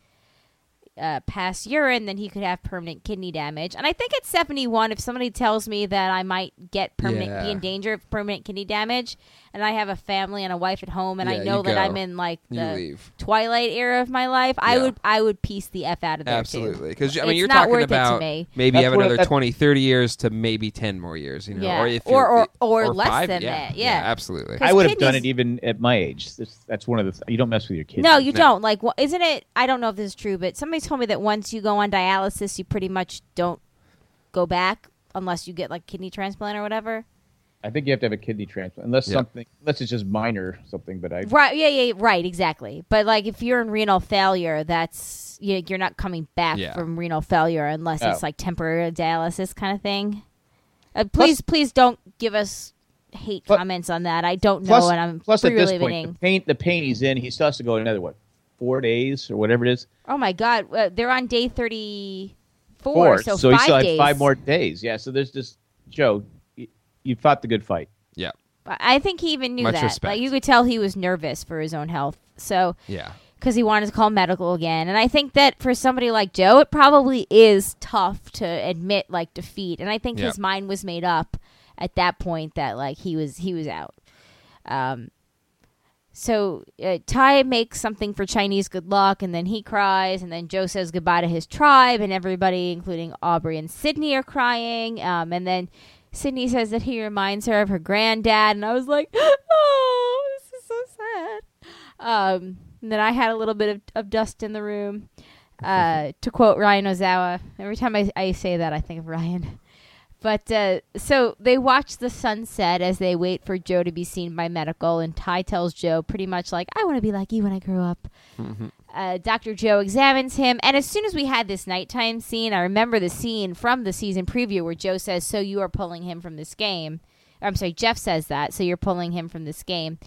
B: uh, pass urine, then he could have permanent kidney damage. And I think at 71, if somebody tells me that I might get permanent,
A: Yeah.
B: be in danger of permanent kidney damage, and I have a family and a wife at home, and
A: Yeah,
B: I know
A: you
B: that
A: go.
B: I'm in like
A: You
B: the
A: leave.
B: twilight era of my life, I
A: Yeah.
B: would I would piece the f out of there too.
A: absolutely. Because I mean,
B: It's
A: you're
B: not
A: talking
B: worth it to
A: about
B: me.
A: maybe you
C: That's
A: have
C: what-
A: another
C: that's-
A: 20, 30 years to maybe ten more years. You know,
B: Yeah.
A: or if
B: Or-
A: you're-
B: or- or less
A: five,
B: than
A: yeah.
B: that, yeah.
A: absolutely.
B: His
C: I would have done
B: kidneys-
C: it even at my age. This, that's one of the th- you don't mess with your kids.
B: No, you
A: No.
B: don't. Like, well, isn't it? I don't know if this is true, but somebody told me that once you go on dialysis, you pretty much don't go back unless you get like kidney transplant or whatever.
C: I think you have to have a kidney transplant unless something unless it's just minor something. But I
B: Right? Yeah, yeah, right, exactly. But like if you're in renal failure, that's you you're not coming back
A: Yeah.
B: from renal failure unless it's
C: Oh.
B: like temporary dialysis kind of thing. Uh, please, please don't give us hate
C: Plus-
B: comments on that. I don't know,
C: plus
B: and I'm
C: plus at
B: free
C: this
B: relieving.
C: point the pain the pain he's in he still has to go another what four days or whatever it is
B: Oh my god, uh, they're on day thirty-four, so,
C: so he
B: five
C: still
B: days.
C: had five more days yeah so there's just Joe you, you fought the
B: [laughs]
C: good fight
A: Yeah.
B: I think he even knew
A: Much
B: that.
A: respect.
B: Like you could tell he was nervous for his own health. So
A: Yeah.
B: because he wanted to call medical again. And I think that for somebody like Joe, it probably is tough to admit like defeat. And I think
A: Yeah.
B: his mind was made up at that point that like he was he was out. Um, so uh, Ty makes something for Chinese good luck, and then he cries, and then Joe says goodbye to his tribe, and everybody, including Aubrey and Sydney, are crying. Um, and then Sydney says that he reminds her of her granddad, and I was like, [gasps] oh, this is so sad. Um, and then I had a little bit of, of dust in the room. Uh, to quote Ryan Ozawa, every time I, I say that, I think of Ryan. [laughs] But uh, so they watch the sunset as they wait for Joe to be seen by medical, and Ty tells Joe pretty much like, "I want to be like you when I grow up." Uh, Dr. Joe examines him, and as soon as we had this nighttime scene, I remember the scene from the season preview where Joe says, "So you are pulling him from this game." I'm sorry, Jeff says that. So you're pulling him from this game,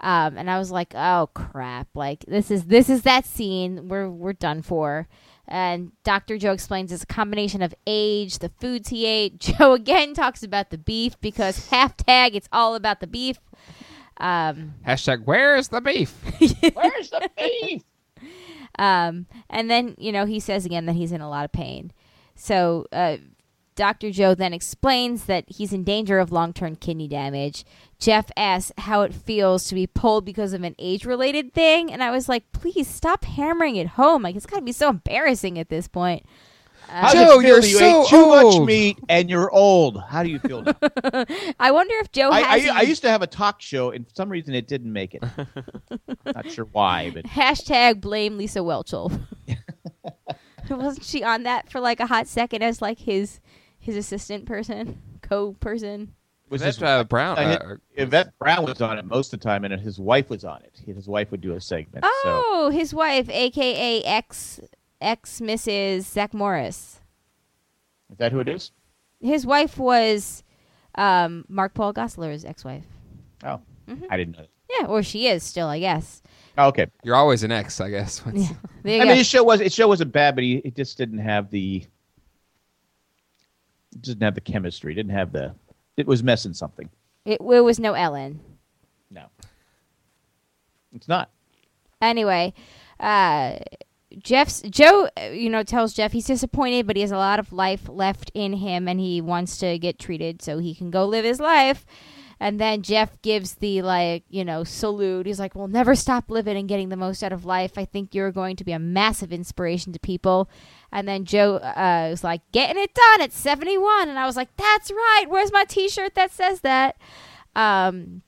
B: um, and I was like, "Oh crap! Like this is this is that scene. We're we're done for." And Dr. Joe explains it's a combination of age, the foods he ate. [laughs] Joe again talks about the beef because [laughs] hashtag it's all about the beef. Um,
A: Hashtag where's the
C: [laughs]
A: beef?
C: where's the beef
B: Um, and then, you know, he says again that he's in a lot of pain. So uh, Dr. Joe then explains that he's in danger of long term kidney damage. Jeff asks how it feels to be pulled because of an age related thing. And I was like, please stop hammering it home. Like, it's got to be so embarrassing at this point. Uh,
C: How's it
A: Joe,
C: feel
A: you're
C: that you
A: so
C: ate too
A: old.
C: much meat and you're old how do you
B: [laughs]
C: feel now?
B: I wonder if Joe
C: I,
B: has.
C: I, I used to have a talk show and for some reason it didn't make it not sure why but
B: Hashtag blame Lisa Welchel.
C: [laughs]
B: [laughs] Wasn't she on that for like a hot second as like his his assistant person, co person?
C: was
A: Yvette,
C: his-
A: uh, Brown,
C: I
A: uh,
C: had-
A: or-
C: Yvette Brown was on it most of the time, and his wife was on it. His wife would do a segment. so.
B: Oh, his wife, aka ex ex Mrs. Zach Morris.
C: Is that who it is?
B: His wife was um, Mark Paul Gosselaar's ex-wife.
C: Oh,
B: Mm-hmm.
C: I didn't know. That.
B: Yeah, or she is still, I guess.
C: Oh, okay.
A: You're always an ex, I guess. [laughs] Once-
B: There you
C: I
B: go.
C: mean, his show was his show wasn't bad, but he it just didn't have the it didn't have the chemistry. Didn't have the it was missing something.
B: it, it was no Ellen.
C: No, it's not.
B: Anyway, uh, Jeff's Joe, uh, you know, tells Jeff he's disappointed, but he has a lot of life left in him, and he wants to get treated so he can go live his life. And then Jeff gives the like, you know, salute. He's like, "We'll never stop living and getting the most out of life. I think you're going to be a massive inspiration to people." And then Joe uh, is like, "Getting it done at 71," and I was like, "That's right. Where's my T-shirt that says that?" Um,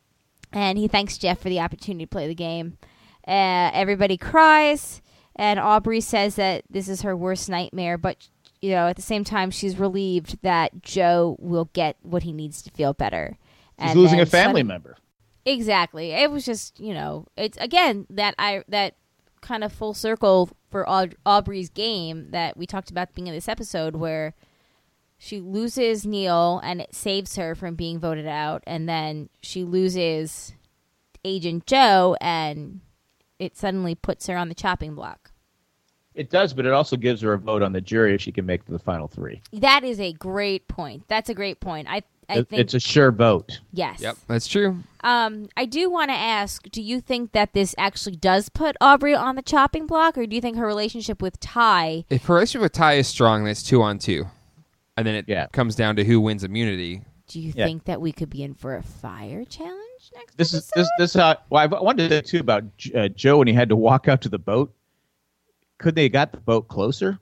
B: and he thanks Jeff for the opportunity to play the game. Uh, everybody cries, and Aubrey says that this is her worst nightmare, but you know, at the same time, she's relieved that Joe will get what he needs to feel better.
C: He's
B: And
C: losing
B: then
C: a family
B: sudden-
C: member.
B: Exactly. It was just you know, it's again that I that kind of full circle for Aud- Aubrey's game that we talked about at the beginning of this episode, where she loses Neil and it saves her from being voted out, and then she loses Agent Joe and it suddenly puts her on the chopping block.
C: It does, but it also gives her a vote on the jury if she can make it to the final three.
B: That is a great point. That's a great point. I I
C: It-
B: think
C: it's a sure vote.
B: yes.
A: Yep, that's true.
B: Um, I do want to ask: Do you think that this actually does put Aubrey on the chopping block, or do you think her relationship with Ty?
A: If her relationship with Ty is strong, that's two on two, and then it
C: Yeah.
A: comes down to who wins immunity.
B: Do you
C: Yeah.
B: think that we could be in for a fire challenge next?
C: This is
B: episode?
C: this this is how. Well, I wanted to say too about J- uh, Joe when he had to walk out to the boat. Could they have got the boat closer?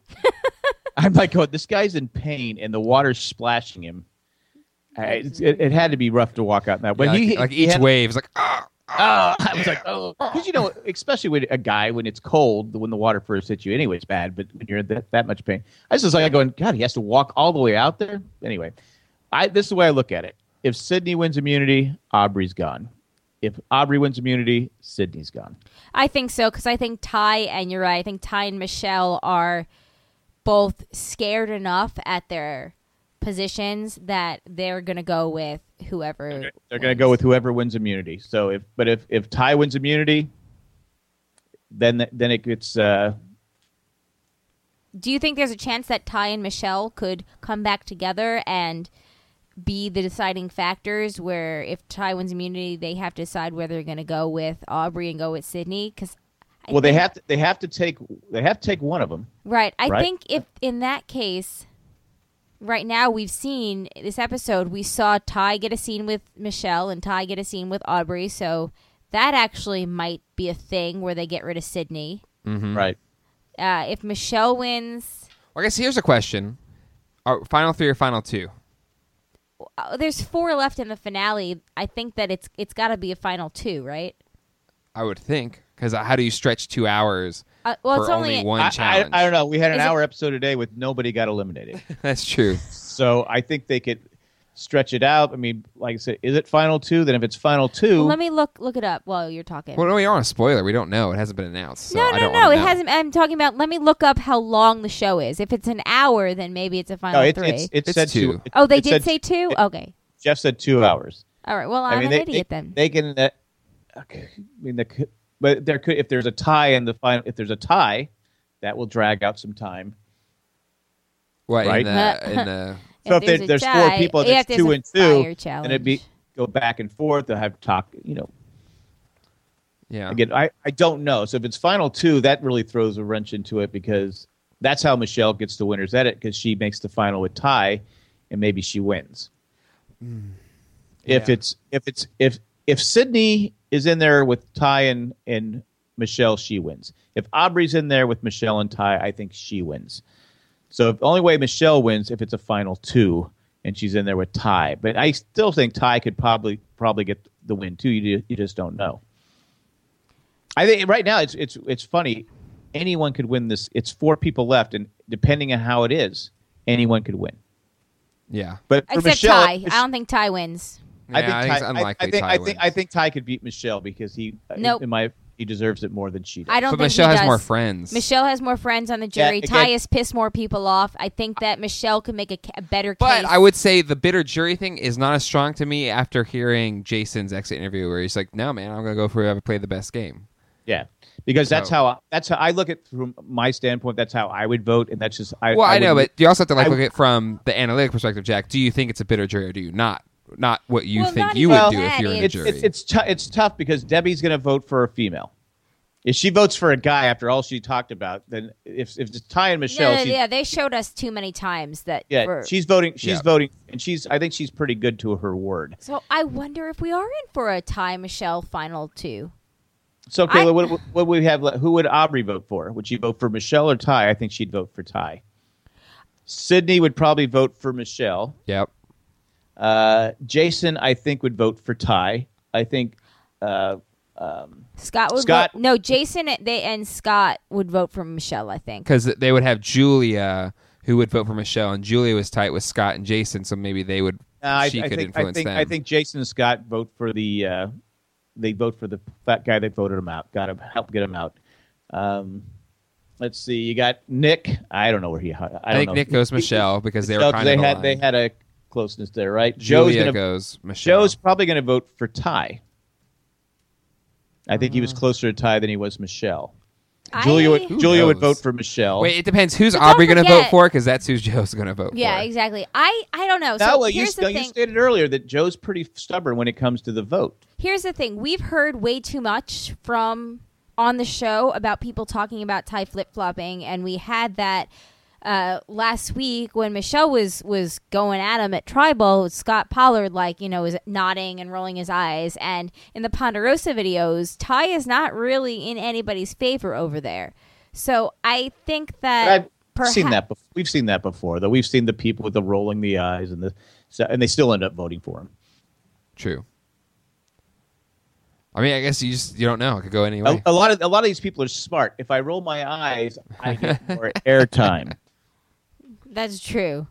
C: I'm like, oh, this guy's in pain, and the water's splashing him. I- it's- it, it had to be rough to walk out in that. But
A: Yeah,
C: he
A: like, like
C: he
A: each
C: had-
A: wave is like ah,
C: oh, I
A: [laughs]
C: was like, oh, because you know, especially with a guy when it's cold, when the water first hits you, anyway, it's bad. But when you're in that, that much pain, I was just like going, God, he has to walk all the way out there. Anyway, I this is the way I look at it. If Sydney wins immunity, Aubrey's gone. If Aubrey wins immunity, Sydney's gone.
B: I think so because I think Ty and you're right. I think Ty and Michelle are both scared enough at their positions that they're gonna go with whoever.
C: They're going to go
B: wins.
C: with whoever wins immunity. So if but if if Ty wins immunity, then then it gets uh,
B: Do you think there's a chance that Ty and Michelle could come back together and be the deciding factors where if Ty wins immunity, they have to decide whether they're going to go with Aubrey and go with Sydney? Because
C: well they have to they have to take they have to take one of them.
B: Right. I
C: Right?
B: think if in that case, right now we've seen this episode, we saw Ty get a scene with Michelle and Ty get a scene with Aubrey. So that actually might be a thing where they get rid of Sydney.
A: Mm-hmm.
C: Right.
B: Uh, if Michelle wins,
A: Well, I guess here's a question: Are final three or final two?
B: uh, there's four left in the finale. I think that it's it's got to be a final two, right?
A: I would think because how do you stretch two hours
B: Uh, well,
A: for
B: it's only,
A: one
C: I, I,
A: challenge?
C: I don't know. We had an
B: Is it-
C: hour episode today with nobody got eliminated.
A: [laughs] That's true.
C: so I think they could stretch it out. I mean, like I said, is it final two? Then if it's final two,
B: Let me look look it up while you're talking.
A: well, no, we don't want to spoiler. We don't know. It hasn't been announced. So
B: no,
A: I
B: no,
A: don't
B: no.
A: wanna
B: It
A: know.
B: hasn't. I'm talking about. Let me look up how long the show is. If it's an hour, then maybe it's a final
C: no, it,
B: three.
C: Oh, it's, it
A: It's
C: said
A: two.
C: two. It-
B: Oh, they
C: it
B: did
C: said-
B: say two.
C: it-
B: okay.
C: Jeff said two hours.
B: All right. Well, I'm an
C: they,
B: idiot
C: they,
B: then.
C: They can. Uh, okay, I mean, the, c- but there could if there's a tie in the final. If there's a tie, that will drag out some time.
A: What
C: Right?
A: in
B: [laughs]
A: the in the
C: So
B: there's
C: if, there-
B: a
C: there's
B: tie,
C: four people, and
B: yeah,
C: it's
B: if there's
C: two
B: a
C: and two,
B: fire
C: and it'd be go back and forth. They'll have talk. You know,
A: yeah.
C: again, I I don't know. So if it's final two, that really throws a wrench into it because that's how Michelle gets the winner's edit because she makes the final with tie, and maybe she wins. If
A: Hmm. Yeah.
C: it's if it's if if Sydney is in there with Ty and and Michelle, she wins. If Aubrey's in there with Michelle and Ty, I think she wins. So the only way Michelle wins if it's a final two and she's in there with Ty. But I still think Ty could probably probably get the win too. You ju- you just don't know. I think right now it's it's it's funny. Anyone could win this. It's four people left, and depending on how it is, anyone could win.
A: yeah.
C: But for
B: Except
C: Michelle,
B: Ty. I don't think Ty wins.
A: Yeah, I think, it's
C: Ty-
A: unlikely.
C: I, think,
A: Ty
C: I,
A: wins.
C: think I think Ty could beat Michelle because he, uh,
B: Nope.
C: in my, he deserves it more than she does.
B: I don't
A: but
B: think
A: Michelle
B: he
A: has
B: does.
A: more friends.
B: Michelle has more friends on the
C: Yeah,
B: jury.
C: again-
B: Ty has pissed more people off. I think that Michelle could make a, ca- a better
A: But
B: case.
A: I would say the bitter jury thing is not as strong to me after hearing Jason's exit interview where he's like, "No, man, I'm gonna go for whoever played the best game."
C: yeah, because that's
A: So-
C: how I, that's how I look at from my standpoint. That's how I would vote, and that's just I.
A: well, I, know,
C: wouldn't-
A: but you also have to like
C: I-
A: look at it from the analytic perspective, Jack. Do you think it's a bitter jury or do you not? Not what you
B: Well,
A: think
B: not
A: you would
B: even
A: do if
B: that.
A: you're in a
C: it's
A: jury.
C: it's it's, tou- it's tough because Debbie's going to vote for a female. If she votes for a guy after all she talked about, then if if it's Ty and
B: No,
C: Michelle,
B: no,
C: she's,
B: yeah, they showed us too many times that.
C: yeah,
B: we're-
C: she's voting. She's
A: Yeah.
C: voting, and she's. I think she's pretty good to her word.
B: so I wonder if we are in for a Ty Michelle final two.
C: So,
B: I-
C: Kayla, what, what would we have? le- Who would Aubrey vote for? Would she vote for Michelle or Ty? I think she'd vote for Ty. Sydney would probably vote for Michelle.
A: yep.
C: Uh, Jason, I think, would vote for Ty. I think. Uh,
B: Scott would
C: Scott-
B: vote. No, Jason and- they and Scott would vote for Michelle. I think.
A: because they would have Julia, who would vote for Michelle, and Julia was tight with Scott and Jason, so maybe they would.
C: Uh, I,
A: she
C: I
A: could
C: think. I
A: influence
C: think.
A: them.
C: I think Jason and Scott vote for the. Uh, they vote for the that guy that voted him out. Got to help get him out. Um, let's see. You got Nick. I don't know where he. I, don't
A: I think
C: know.
A: Nick goes Michelle because they were
C: Michelle,
A: kind
C: they
A: of
C: had. They
A: aligned.
C: had a closeness there, right? Joe's
A: Julia
C: gonna
A: goes Michelle.
C: Joe's probably going to vote for Ty. I think he was closer to Ty than he was Michelle. Julia
B: Mm. I-
A: Who
C: would, Julia would
A: knows?
C: vote for Michelle.
A: Wait, it depends. Who's
B: don't
A: Aubrey going to vote
B: forget-
A: for? Because that's who Joe's going to vote
B: Yeah,
A: for.
B: exactly. I I don't know.
C: now,
B: so
C: well, you,
B: here's the
C: you
B: thing.
C: stated earlier that Joe's pretty stubborn when it comes to the vote.
B: here's the thing we've heard way too much from on the show about people talking about Thai flip flopping, and we had that uh, last week when Michelle was was going at him at Tribal. Scott Pollard, like you know, was nodding and rolling his eyes, and in the Ponderosa videos, Ty is not really in anybody's favor over there. So I think that
C: I've seen
B: perha-
C: that. Before. We've seen that before, though. We've seen the people with the rolling the eyes and the so, and they still end up voting for him.
A: True. I mean, I guess you just you don't know. It could go any way.
C: A, a lot of a lot of these people are smart. If I roll my eyes,
A: [laughs]
C: I get more airtime.
B: That's true.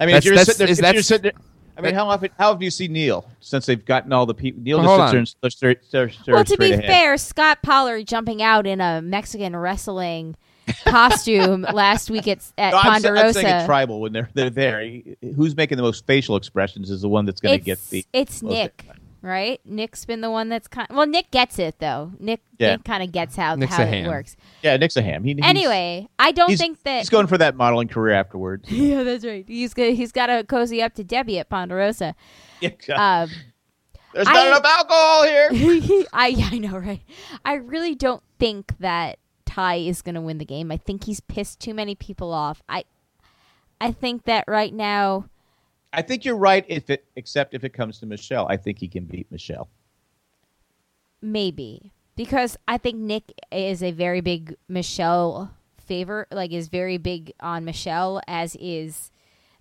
C: I mean,
A: That's-
C: if you're
A: that's-
C: sitting there,
A: is
C: if you're
A: that's-
C: sitting there- I mean,
A: that-
C: how often how have you seen Neil since they've gotten all the people? Neil
A: But
C: just
A: hold
C: sits there
A: on.
C: and stares, stares, stares
B: Well, to
C: straight
B: be
C: ahead.
B: fair, Scott Pollard jumping out in a Mexican
C: [laughs]
B: wrestling costume last week at, at
C: No, I'm, sa- I'm
B: Ponderosa.
C: saying it's tribal when they're they're there. He- Who's making the most facial expressions is the one that's going to
B: it's,
C: get the.
B: it's
C: most
B: Nick, right? Nick's been the one that's kind. Well, Nick gets it though. Nick,
C: Yeah.
B: Nick kind of gets how
A: Nick's
B: how
A: a
B: it
A: ham.
B: works.
C: Yeah, Nick's a ham. He, he's-
B: Anyway, I don't
C: he's-
B: think that
C: he's going for that modeling career
B: [laughs]
C: afterwards. [laughs]
B: Yeah, that's right. He's go- he's got to cozy up to Debbie at Ponderosa. Um,
C: There's
B: I-
C: not enough
B: [laughs]
C: alcohol here.
B: I I know, right? I really don't think that Ty is going to win the game. I think he's pissed too many people off. I I think that right now,
C: I think you're right. If it except if it comes to Michelle, I think he can beat Michelle.
B: maybe because I think Nick is a very big Michelle favor, like is very big on Michelle, as is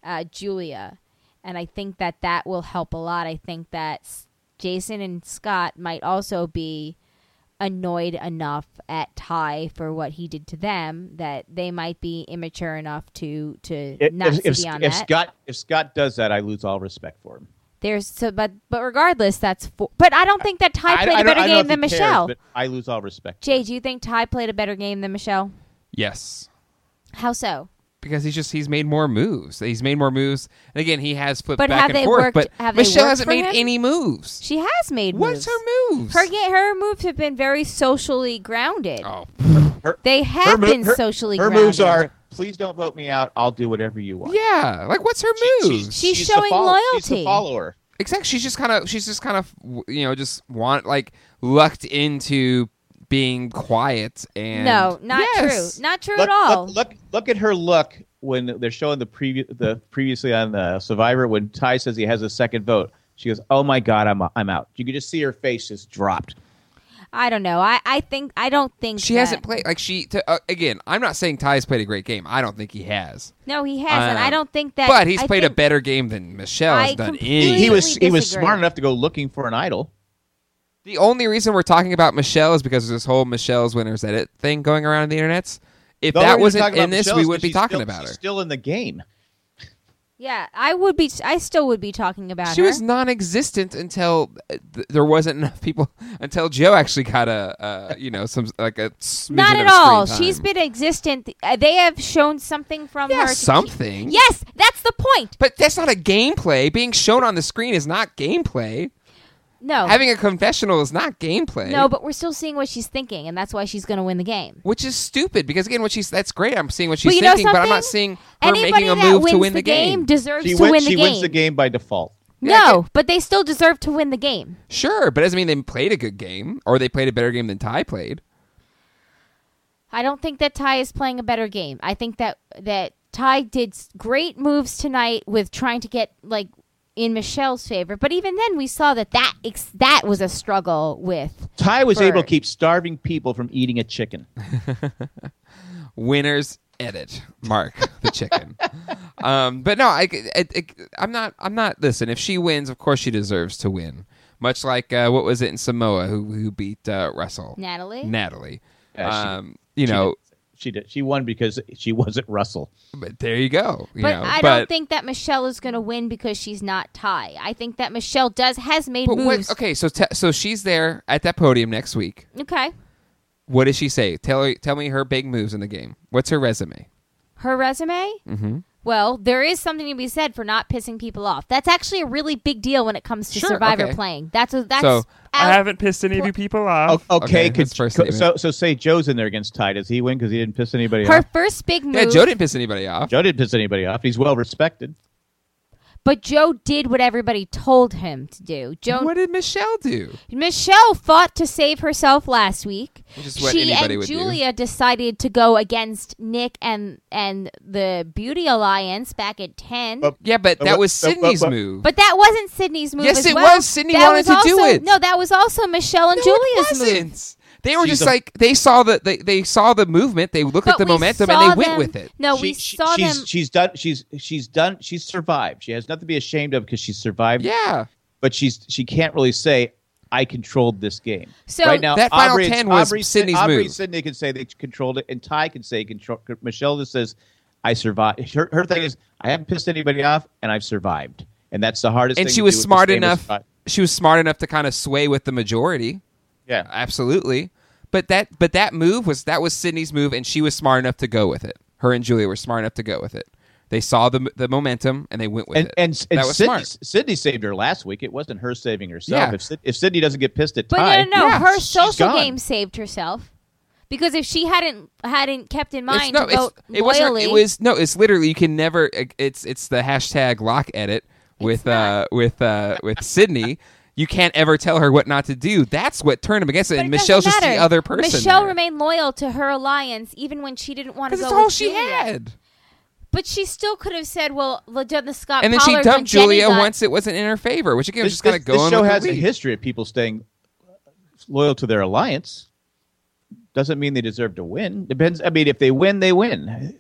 B: uh, Julia, and I think that that will help a lot. I think that S- Jason and Scott might also be annoyed enough at Ty for what he did to them that they might be immature enough to to
C: If,
B: not
C: if,
B: to be on
C: if
B: that.
C: Scott if Scott does that, I lose all respect for him.
B: There's so, but but regardless, that's for, but I don't think that Ty
C: I-
B: played
C: I
B: a
C: don't-
B: better
C: I don't know
B: game
C: if
B: than
C: he cares,
B: Michelle.
C: but I lose all respect.
B: Jay, do you think Ty played a better game than Michelle?
A: yes,
B: How so?
A: because he's just he's made more moves. He's made more moves, and again, he has flipped
B: But
A: back
B: have
A: and
B: they
A: forth. but
B: worked- have they
A: Michelle
B: worked
A: hasn't
B: for
A: made
B: him?
A: any moves.
B: She has made
A: What's
B: moves.
A: her moves?
B: Her ga- her moves have been very socially grounded.
A: oh,
B: They
C: Her
B: have
C: mo-
B: been
C: her-
B: socially
C: her
B: grounded.
C: moves are please don't vote me out. I'll do whatever you want.
A: yeah. Like, what's her moves?
B: She's
C: the
B: showing
C: follow- She's the
B: loyalty.
C: follower.
A: exactly she's just kind of she's just kind of you know just want like lucked into being quiet and
B: No, not
A: Yes.
B: true. Not true
C: Look,
B: at all.
C: look, look, look at her look when they're showing the preview, the previously on uh, Survivor when Ty says he has a second vote. She goes, "Oh my God, I'm I'm out." You can just see her face just dropped.
B: I don't know. I, I think I don't think
A: she
B: that-
A: hasn't played like she to, uh, again i'm not saying ty's played a great game i don't think he has
B: No, he hasn't.
A: Um,
B: I don't think that.
A: but he's
B: I
A: played a
B: think-
A: better game than michelle has
B: I
A: done
B: completely-
A: any
C: He was
B: Completely
C: he was
B: disagree.
C: smart enough to go looking for an idol.
A: the only reason we're talking about michelle is because of this whole michelle's winners edit thing going around the internets if
C: The
A: that
C: only reason we're
A: wasn't
C: talking about
A: in this
C: Michelle
A: we
C: is
A: would
C: 'cause
A: be
C: she's
A: talking
C: still-
A: about
C: she's
A: her
C: Still in the game.
B: Yeah, I would be. I still would be talking about
A: she
B: her.
A: was non-existent until uh, th- there wasn't enough people [laughs] until joe actually got a uh, you know some like a smidgen
B: Not
A: of
B: at
A: screen
B: all.
A: time.
B: She's been existent. Uh, They have shown something from
A: Yeah,
B: her. to keep-
A: something.
B: yes, that's the point.
A: But that's not a gameplay. Being shown on the screen is not gameplay.
B: No,
A: Having a confessional is not gameplay.
B: Oh. no, but we're still seeing what she's thinking, and that's why she's going to win the game.
A: which is stupid because again, what she's that's great. I'm seeing what she's
B: but you know
A: thinking,
B: something?
A: but I'm not seeing her
B: Anybody
A: making a
B: that
A: move to
B: wins
A: win the, game.
B: deserves
C: She,
B: to
C: win-
B: win the
C: she
B: game.
C: wins the game by default.
A: Yeah,
B: No, but they still deserve to win the game.
A: sure, but it doesn't mean they played a good game or they played a better game than Ty played.
B: I don't think that Ty is playing a better game. I think that that Ty did s- great moves tonight with trying to get like in Michelle's favor, but even then we saw that that ex- that was a struggle with.
C: Ty was
B: For-
C: able to keep starving people from eating a chicken.
A: Winners edit Mark the [laughs] chicken. Um, but no, I, I, I, I'm not. I'm not. Listen, if she wins, of course she deserves to win. Much like uh, what was it in Samoa who who beat uh, Russell
B: Natalie?
A: Natalie.
C: Yeah, she-
A: um, you know,
C: She did. She won because she [laughs] wasn't Russell.
A: But there you go. You
B: But
A: know,
B: I
A: but,
B: don't think that Michelle is going to win because she's not Ty. I think that Michelle does has made
A: But
B: moves.
A: what, okay, so te- so she's there at that podium next week.
B: okay.
A: What does she say? Tell her, tell me her big moves in the game. What's her resume?
B: her resume. Mm-hmm. Well, there is something to be said for not pissing people off. That's actually a really big deal when it comes to
A: Sure,
B: Survivor
A: okay.
B: playing. That's a, that's
A: so
B: out-
A: pissed any of you people
C: O-
A: off.
C: Oh, Okay,
A: that's
C: could-
A: first
C: co-
A: statement.
C: so so say Joe's in there against Ty. Does he win because he didn't piss anybody
B: her
C: off?
B: first big move.
A: yeah, Joe didn't piss anybody off.
C: Joe didn't piss anybody off. He's well respected.
B: but Joe did what everybody told him to do. Joe
A: What did Michelle do?
B: Michelle fought to save herself last week.
A: Which is what
B: she
A: anybody
B: and
A: would do.
B: Julia decided to go against Nick and and the Beauty Alliance back at ten.
C: But-
A: Yeah, but
C: Uh, But
A: that
C: what-
A: was
C: but- but-
A: Sydney's
C: but-
A: move.
B: But that wasn't Sydney's move.
A: Yes,
B: as
A: it
B: well.
A: was. Sydney
B: That
A: wanted
B: was
A: to do
B: also-
A: it.
B: No, that was also Michelle and
A: no,
B: Julia's
A: it
B: move.
A: wasn't. They were
C: She's
A: just
C: a-
A: like they saw the they, they saw the movement. They looked at the
B: But we
A: momentum and
B: saw
A: they went
B: them-
A: with it.
B: No,
C: She-
B: we
C: she-
B: saw
C: she's,
B: them.
C: She's done. She's she's done. She's survived. She has nothing to be ashamed of because she's survived.
A: Yeah,
C: But she's she can't really say I controlled this game.
B: So-
C: right now,
A: That final
C: Aubrey,
A: 10 was
C: Aubrey, Sin-
A: Sydney's
C: Aubrey
A: move.
C: Sydney can say they controlled it, and Ty can say control. Michelle just says, "I survived." [laughs] Her, her thing is, I haven't pissed anybody off, and I've survived, and that's the hardest.
A: and
C: thing
A: she
C: to do
A: was
C: with this
A: smart
C: game is
A: enough.
C: survive.
A: She was smart enough to kind of sway with the majority.
C: Yeah.
A: absolutely. But that but that move was that was Sydney's move, and she was smart enough to go with it. Her and Julia were smart enough to go with it. They saw the the momentum and they went with
C: and
A: it.
C: and, and
A: that was
C: Sydney,
A: smart.
C: Sydney saved her last week. It wasn't her saving herself.
A: Yeah.
C: If, Syd- if Sydney doesn't get pissed at
B: But
C: Ty,
B: no, no, no.
A: yeah,
B: her
C: she's
B: social
C: gone.
B: game saved herself because if she hadn't hadn't kept in mind to vote
A: it wasn't-
B: loyally,
A: It was no. It's literally you can never. e, It's it's the hashtag lock edit with uh with uh with Sydney. You can't ever tell her what not to do. That's what turned him against it.
B: But
A: And
B: it doesn't
A: Michelle's just the
B: matter.
A: other person.
B: Michelle
A: there.
B: remained loyal to her alliance even when she didn't want to
A: because
B: go.
A: it's all
B: with
A: she
B: Julia.
A: had.
B: But she still could have said, "Well, let the Scott."
A: And then she
B: Uh, Pollards
A: dumped
B: and Jenny
A: Julia
B: got-
A: once it wasn't in her favor, which again was
C: This,
A: just kind of
C: this- this
A: going.
C: show
A: with the
C: has a
A: lead.
C: history of people staying loyal to their alliance. Doesn't mean they deserve to win. Depends. I mean, if they win, they win.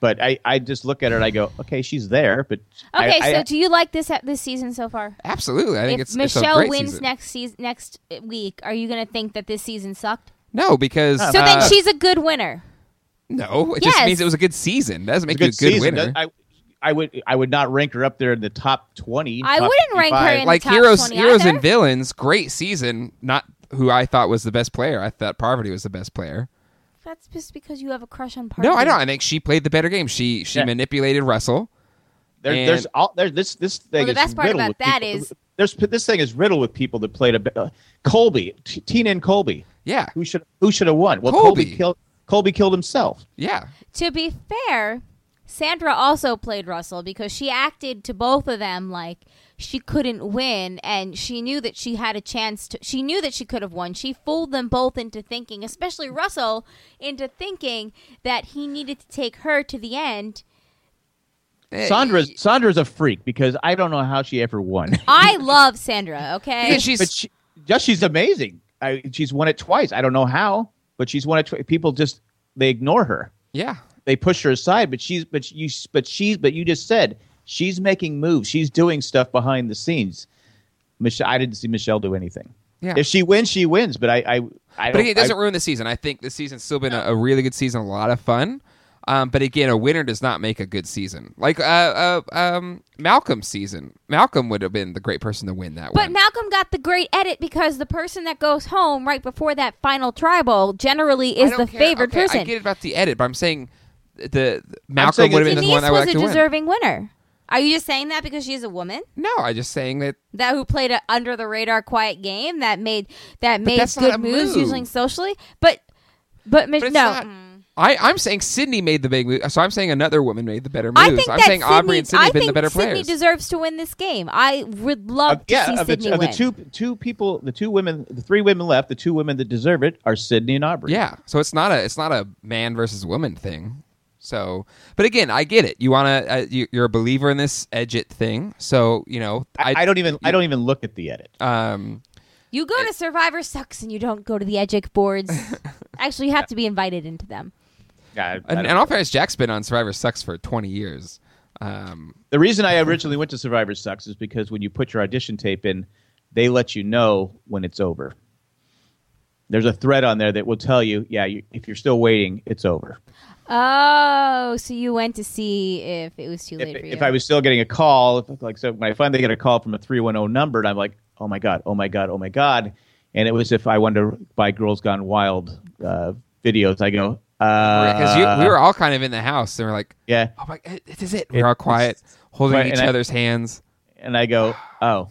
C: But I, I just look at her and I go, okay, she's there. But I-
B: Okay,
C: I-
B: so do you like this this season so far?
A: Absolutely, I think
B: if
A: it's it's a
B: Michelle
A: great
B: wins
A: season.
B: next season, next week, are you going to think that this season sucked?
A: No, because
B: So
A: uh,
B: then she's a good winner.
A: no. It just
B: Yes.
A: means it was a good season. That doesn't make
C: it's a good
A: you a good
C: season.
A: winner.
C: I, I would, I would not rank her up there in the top twenty.
B: I
C: top
B: wouldn't rank her
C: 55.
B: in-
A: like
B: top
A: heroes,
B: 20
A: heroes and
B: either.
A: villains. Great season. Not who I thought was the best player. I thought Parvati was the best player.
B: That's just because you have a crush on Parker.
A: No, I don't. I think she played the better game. She she
C: Yeah.
A: manipulated Russell.
C: There,
A: And-
C: there's all there. This this thing.
B: Well, the
C: is
B: best part
C: riddled
B: about
C: with
B: that
C: people-
B: is-
C: there's this thing is riddled with people that played a bit- uh, Colby, T- Tina and Colby.
A: Yeah.
C: Who should who should have won? Well,
A: Colby.
C: Colby, killed Colby killed himself.
A: Yeah,
B: To be fair, Sandra also played Russell because she acted to both of them like she couldn't win and she knew that she had a chance to she knew that she could have won. She fooled them both into thinking, especially Russell, into thinking that he needed to take her to the end.
C: Sandra's Sandra's a freak because I don't know how she
A: [laughs]
C: ever won.
B: I love Sandra, okay?
A: Yeah, Oh, she's
C: but she, just she's amazing. I, she's won it twice. I don't know how, but she's won it. Tw- people just they ignore her.
A: yeah.
C: They push her aside. But she's but you but she's but you just said she's making moves. She's doing stuff behind the scenes. Michelle, I didn't see Michelle do anything.
A: Yeah.
C: If she wins, she wins. But I I, I
A: But
C: don't-
A: again, it doesn't
C: I-
A: ruin the season. I think this season's still been a, a really good season, a lot of fun. Um, but again, a winner does not make a good season. Like uh, uh, um, Malcolm's season, Malcolm would have been the great person to win that
B: But
A: one.
B: Malcolm got the great edit because the person that goes home right before that final tribal generally
A: I
B: is the
A: don't care.
B: favored
A: Okay,
B: person.
A: I get it about the edit, but I'm saying the, the Malcolm
C: saying
A: would have
C: it's-
A: been the
B: Denise
A: one I would
B: was
A: like to
B: a
A: win.
B: deserving winner. Are you just saying that because she's a woman
A: No, I'm just saying that
B: that who played an under the radar quiet game that made that made
A: that's not
B: good
A: a
B: moves
A: move.
B: using socially? But but, Mich-
A: But it's
B: no,
A: not. I, I'm saying Sydney made the big move, so I'm saying another woman made the better moves.
B: I think
A: am
B: that
A: saying Aubrey
B: Sydney-
A: and Sydney
B: I
A: have been
B: think
A: the better
B: Sydney
A: players.
B: deserves to win this game. I would love
C: of-
B: to see
C: of the,
B: Sydney
C: of the
B: win.
C: two two people, the two women, the three women left, the two women that deserve it are Sydney and Aubrey.
A: yeah, so it's not a it's not a man versus woman thing. So, but again, I get it. You want to uh, you, you're a believer in this edge it thing. So you know
C: I, I don't even I don't even look at the edit.
A: Um,
B: You go to Survivor sucks and you don't go to the
A: [laughs]
B: Edgic boards. Actually, you have to be invited into them.
C: Yeah, I- I
A: and,
C: don't-
A: and all fairness, Jack's been on Survivor Sucks for 20 years. Um,
C: the reason I originally went to Survivor Sucks is because when you put your audition tape in, they let you know when it's over. There's a thread on there that will tell you, yeah, you, if you're still waiting, it's over.
B: Oh, so you went to see if it was too late
C: If,
B: for you.
C: if I was still getting a call, if, like so, when I finally get a call from a 310 number, and I'm like, oh my god, oh my god, oh my god, and it was if I wanted to buy Girls Gone Wild uh, videos, I go,
A: because
C: uh,
A: we were all kind of in the house and we're like,
C: yeah,
A: oh my, it, it is it. We We're all quiet, holding
C: Right,
A: each
C: and I-
A: other's hands.
C: and
A: [sighs]
C: I go, oh.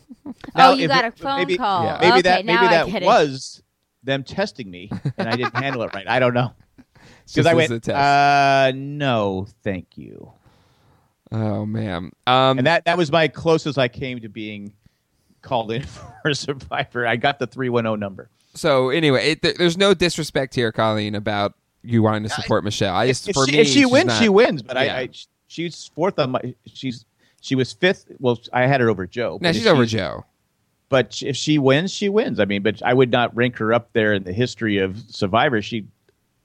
B: oh, you
C: if
B: got
C: it-
B: a phone
C: maybe-
B: call.
A: Yeah.
C: Maybe
B: okay,
C: that maybe
B: now I
C: that
B: get it.
C: was them testing me, and I didn't handle it right. I
A: [laughs]
C: don't know because
A: Just
C: I
A: as
C: went,
A: a test.
C: uh, no, thank you.
A: oh man. Um,
C: And that that was my closest I came to being called in [laughs] for a survivor. I got the three one zero number.
A: So anyway, it, there, there's no disrespect here, Colleen, about you wanting to support Michelle. I just
C: If
A: for
C: she,
A: me,
C: if she
A: she's
C: wins,
A: not-
C: she wins. But
A: Yeah.
C: I, I, she's fourth on my. She's she was fifth. Well, I had her over Joe.
A: No,
C: but
A: she's
C: if
A: over
C: she-
A: Joe.
C: But if she wins, she wins. I mean, but I would not rank her up there in the history of survivor. She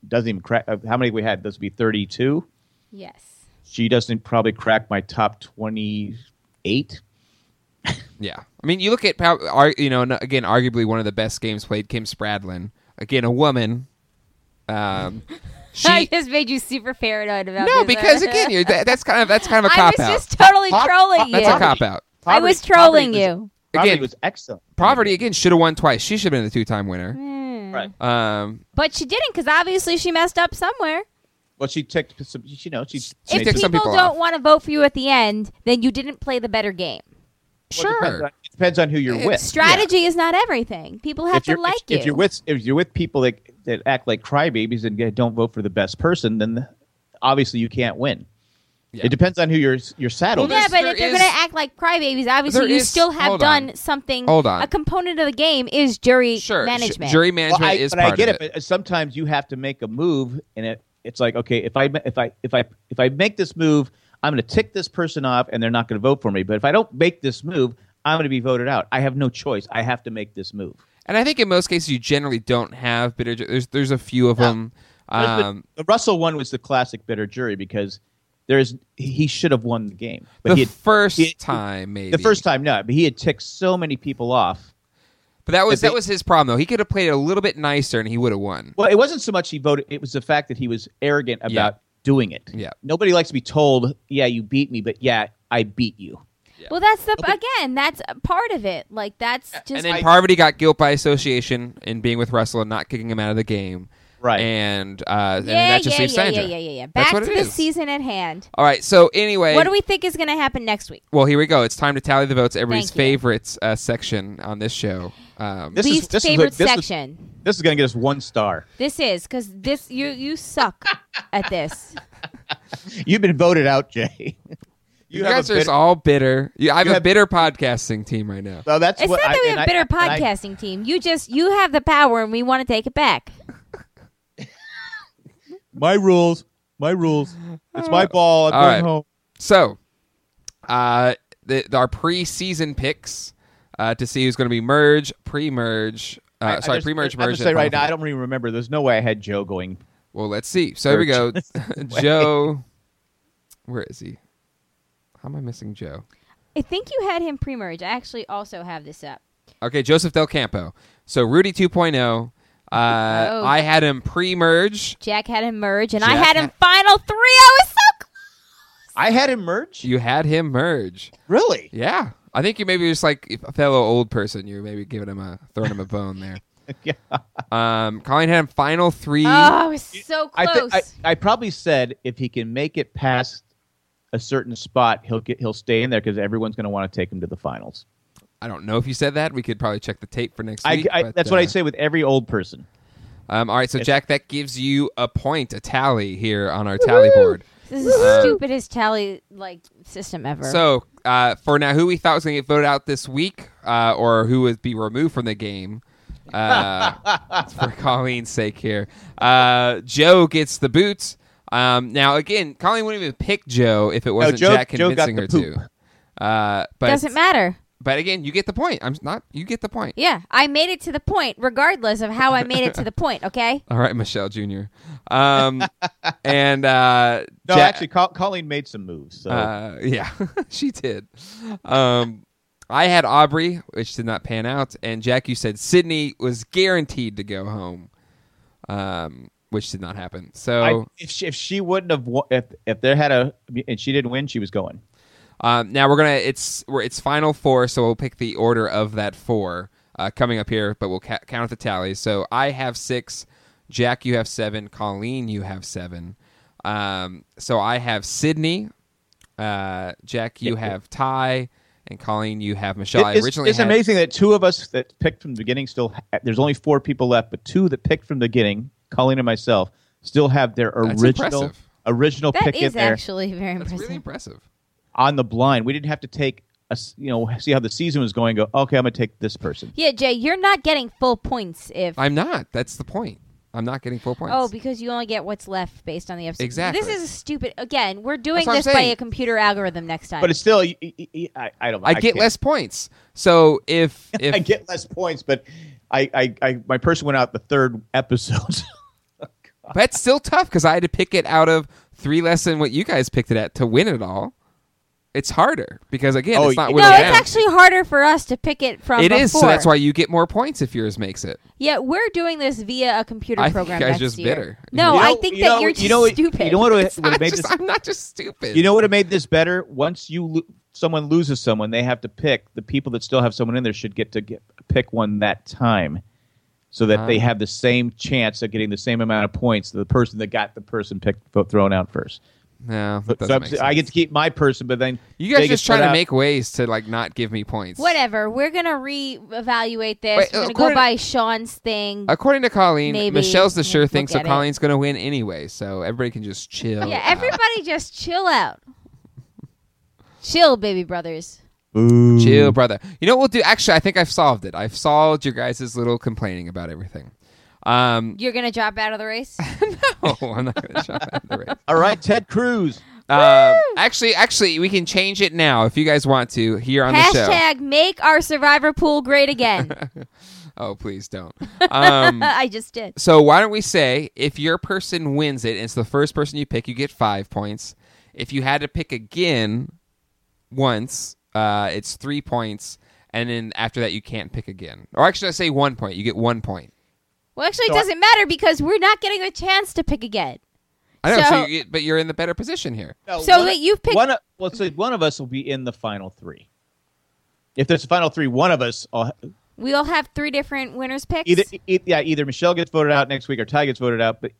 C: doesn't even crack. uh, How many we had? Those would be thirty two.
B: Yes.
C: she doesn't probably crack my top 28
A: Yeah, I mean, you look at prob- ar- you know no- again, arguably one of the best games played, Kim Spradlin. Again, a woman.
C: [laughs]
A: Um,
B: [laughs] I
A: she
B: just made you super paranoid about
A: no,
B: this.
A: because
B: [laughs]
A: again, you're, that, that's kind of that's kind of a
B: I
A: cop
B: was
A: out.
B: just totally
C: Pop-
B: trolling
C: pop-
B: you.
A: that's a cop out.
B: I was trolling you.
C: Poverty
A: Again-
C: was excellent.
A: Poverty again should have won twice. She should have been the two-time winner.
B: Hmm.
C: Right.
A: Um,
B: But she didn't because obviously she messed up somewhere.
C: Well, she ticked. some- You know, she.
A: She ticked
B: if people,
A: some people off.
B: don't want to vote for you at the end, then you didn't play the better game.
C: Well, it Depends
A: sure.
C: on, it depends on who you're with.
B: Strategy is not everything. People have
C: If
B: to
C: you're,
B: like
C: if,
B: you.
C: if you're with if you're with people that, that act like crybabies and get- don't vote for the best person, then obviously you can't win.
A: Yeah.
C: It depends on who you're you're saddled.
A: Well,
B: yeah,
C: with.
A: there's-
B: but
A: there
B: if they're
A: is-
B: going to act like crybabies,
A: There
B: obviously you
A: is-
B: still have
A: hold on.
B: done something.
A: Hold on.
B: A component of the game is jury
A: Sure. sh-
B: management.
A: jury management
C: Well, I,
A: is
C: but
A: part
C: I get
A: of
C: it. But sometimes you have to make a move, and it it's like okay, if I if I if I if I make this move, I'm going to tick this person off, and they're not going to vote for me. But if I don't make this move, I'm going to be voted out. I have no choice. I have to make this move.
A: And I think in most cases you generally don't have bitter. ju- There's there's a few of them.
C: But-
A: Um,
C: but the Russell one was the classic bitter jury because there's he should have won the game, but
A: the
C: he had,
A: first
C: he had-
A: time, maybe
C: the first time no, but he had ticked so many people off.
A: But that was
C: that
A: that
C: they-
A: was his problem though. He could have played it a little bit nicer and he would have won.
C: Well, it wasn't so much he voted; it was the fact that he was arrogant about doing it.
A: Yeah.
C: nobody likes to be told, "Yeah, you beat me," but yeah, I beat you.
B: Well, that's the again. That's a part of it. Like that's
A: And
B: just
A: then Parvati got guilt by association in being with Russell and not kicking him out of the game.
C: Right.
A: And uh and
B: yeah,
A: that just
B: yeah,
A: leaves
B: yeah, yeah,
A: Sandra.
B: yeah, yeah, yeah.
A: That's
B: Back
A: what
B: to
A: it
B: the
A: is.
B: season at hand.
A: All right. So anyway,
B: What do we think is going to happen next week?
A: well, here we go. It's time to tally the votes. Everybody's
B: Thank you.
A: favorites uh, section on this show. Um,
C: This
B: Least
C: this
B: favorite
C: this
B: section.
C: Is, this is going to get us one star.
B: This is because this you you suck at this.
C: [laughs] You've been voted out, Jay. [laughs]
A: you
C: have a
A: guys are
C: bitter-
A: all bitter. You, I have,
C: You
A: a
C: have-
A: bitter podcasting team right now.
C: Well, that's
B: It's
C: what
B: not
C: I,
B: that we have
C: and
B: a bitter
C: I- and I-
B: podcasting team. You just you have the power and we want to take it back.
C: my rules, my rules. It's
B: [laughs]
C: my ball. I'm
A: All
C: going
A: right.
C: home.
A: So, uh, the, the- our preseason picks uh, to see who's going to be merge, pre-merge. Uh,
C: I- I
A: sorry,
C: just-
A: pre-merge,
C: I'm
A: merge.
C: just
A: and
C: saying right
A: final
C: now, I don't really remember. There's no way I had Joe going.
A: Well, let's see. So here we go. [laughs]
C: [laughs]
A: Joe, where is he? How am I missing Joe?
B: I think you had him pre-merge. I actually also have this up.
A: Okay, Joseph Del Campo. So Rudy 2.0. Uh,
B: Oh.
A: I had him pre-merge.
B: Jack had him merge and I
A: Jack
B: had him
A: had-
B: final three. I was so close.
C: I had him merge.
A: You had him merge.
C: really?
A: Yeah, I think you maybe just like a fellow old person. You're maybe giving him a throwing him a bone there.
C: [laughs] Yeah.
A: Um, Colin had him final three.
B: Oh, I was so
C: I,
B: close.
C: thi- I I probably said if he can make it past a certain spot, he'll get he'll stay in there because everyone's going to want to take him to the finals.
A: I don't know if you said that. We could probably check the tape for next
C: I,
A: week.
C: I-
A: but,
C: that's what I
A: uh,
C: say with every old person.
A: Um, all right, so Jack, that gives you a point, a tally here on our tally board.
B: This is the stupidest tally like system ever.
A: So uh, for now, who we thought was going to get voted out this week, uh, or who would be removed from the game,
C: [laughs]
A: uh, for Colleen's sake here, uh, Joe gets the boots. Um, now again, Colleen wouldn't even pick Joe if it wasn't
C: Joe-
A: Jack
C: Joe got
A: convincing
C: the
A: her
C: poop.
A: to. Uh, but
B: doesn't matter.
A: But again, you get the point. I'm not. You get the point.
B: Yeah, I made it to the point, regardless of how I made it to
C: [laughs]
B: the point. Okay.
A: All right, Michelle Jr. Um, and uh,
C: No,
A: Ja-
C: actually, Col- Colleen made some moves. So
A: Uh, yeah, [laughs] she did. Um, I had Aubrey, which did not pan out, and Jack, you said Sydney was guaranteed to go home, um, which did not happen.
C: I,
A: So
C: if, she, if she wouldn't have won, if if there had a and she didn't win, she was going.
A: um, now we're gonna it's we're, it's final four, so we'll pick the order of that four uh, coming up here, but we'll ca- count the tallies. So I have six, Jack, you have seven, Colleen, you have seven. Um, so I have Sydney, uh, Jack, you have Ty. And Colleen, you have Michelle. I
C: It- it's
A: originally
C: it's
A: had-
C: amazing that two of us that picked from the beginning still. Ha- there's only four people left, but two that picked from the beginning, Colleen and myself, still have their
A: That's
C: original
A: impressive.
C: original
B: That
C: pick in
B: is
C: there.
B: actually very
A: That's
B: impressive.
A: really impressive.
C: on the blind. We didn't have to take a s- you know see how the season was going. Go okay, I'm gonna take this person.
B: yeah, Jay, you're not getting full points if
A: I'm not. That's the point. I'm not getting full points.
B: oh because you only get what's left based on the episode.
A: Exactly.
B: This is a stupid. Again, we're doing
A: That's what I'm
B: this by
A: saying.
B: a computer algorithm next time.
C: But it's still y- y- y- I, I don't.
A: I, get
C: can't-
A: less points. So if if
C: [laughs] I get less points, but I, I, I my person went out the third episode. [laughs]
A: but it's still tough because I had to pick it out of three less than what you guys picked it at to win it all. it's harder because again,
C: Oh,
A: it's not
C: y-
A: whittled
B: no,
A: down.
B: it's actually harder for us to pick it from.
A: It is, so
B: before.
A: that's why you get more points if yours makes it.
B: Yeah, we're doing this via a computer
A: I think
B: program.
A: you guys
B: next
A: just
B: year.
A: bitter.
B: No,
C: You know-
B: I think
C: you
B: that
C: know-
B: you're
C: you
B: just
C: know what-
B: stupid.
C: You know what would, would
A: I'm,
C: have made
A: just,
C: this?
A: I'm not just stupid.
C: You know what would have made this better? Once you lo- someone loses someone, they have to pick. The people that still have someone in there should get to get, pick one that time, so that they
A: Uh-huh.
C: have the same chance of getting the same amount of points. that The person that got the person picked fo- thrown out first.
A: No, that
C: But,
A: doesn't
C: so I'm-
A: make sense.
C: I get to keep my person, but then
A: you guys
C: they get
A: just trying
C: put
A: to
C: out.
A: make ways to like not give me points.
B: Whatever. We're gonna reevaluate this.
A: Wait,
B: We're gonna go
A: according-
B: by Sean's thing.
A: According to Colleen,
B: Maybe.
A: Michelle's the
B: Yeah,
A: sure
B: we'll
A: thing, so
B: get it.
A: Colleen's going to win anyway. So everybody can just chill.
B: yeah,
A: out. [laughs]
B: everybody just chill out. Chill, baby brothers.
A: Chill, brother. You know what we'll do? Actually, I think I've solved it. I've solved your guys' little complaining about everything.
B: [laughs]
A: Um, [laughs]
B: You're gonna drop out of the race.
A: oh, I'm not going to jump out of the race.
C: All right, Ted Cruz.
A: Um, actually, actually, we can change it now if you guys want to here [laughs] on the show.
B: Hashtag make our survivor pool
A: [laughs]
B: great again. [laughs]
A: Oh, please don't. Um,
B: I just did.
A: so why don't we say if your person wins it, it's the first person you pick, you get five points. If you had to pick again once, uh, it's three points, and then after that you can't pick again. Or actually, I say one point. You get one point.
B: Well, actually, it doesn't matter because we're not getting a chance to pick again.
A: I know, so,
B: So-
A: you, but you're in the better position here.
C: No,
B: So
C: one-
B: wait, you've picked-
C: one. Of, well, so one of us will be in the final three. If there's a final three, one of us, will-
B: We all have three different winners picks.
C: either e- yeah, either Michelle gets voted out next week or Ty gets voted out, but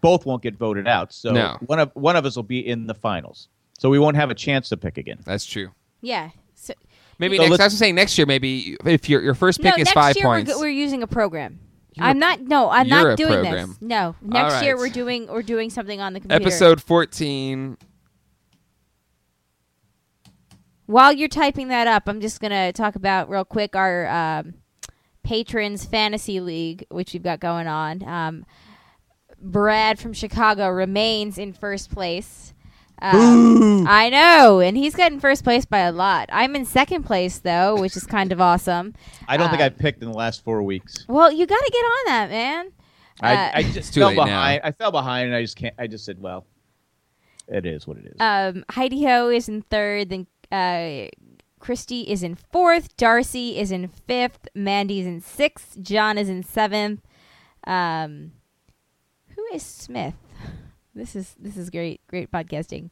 C: both won't get voted out. So
A: No.
C: one of one of us will be in the finals, so we won't have a chance to pick again.
A: That's true.
B: yeah. So,
A: Maybe
C: So
A: next.
C: let's-
A: I was saying next year. Maybe if your your first pick
B: no,
A: is
B: next
A: five
B: year
A: points.
B: We're, go- we're using a program. I'm not. No, I'm
A: you're a
B: not doing
A: program.
B: this. No, next year
A: right.
B: we're doing we're doing something on the computer.
A: Episode fourteen.
B: While you're typing that up, I'm just gonna talk about real quick our um, patrons fantasy league, which we've got going on. Um, Brad from Chicago remains in first place. Um, I know, and he's gotten first place by a lot. I'm in second place though, which is kind of awesome. Uh,
C: I don't
B: Ah.
C: think I've picked in the last four weeks.
B: Well, you got to get on that, man.
C: I, I just
A: too
C: fell
A: late now.
C: behind. I fell behind, and I just can't. I just said, well, it is what it is.
B: Um, Heidi Ho is in third. Then uh, Christy is in fourth. Darcy is in fifth. Mandy's in sixth. John is in seventh. Um, who is Smith? [laughs] This is this is great great podcasting.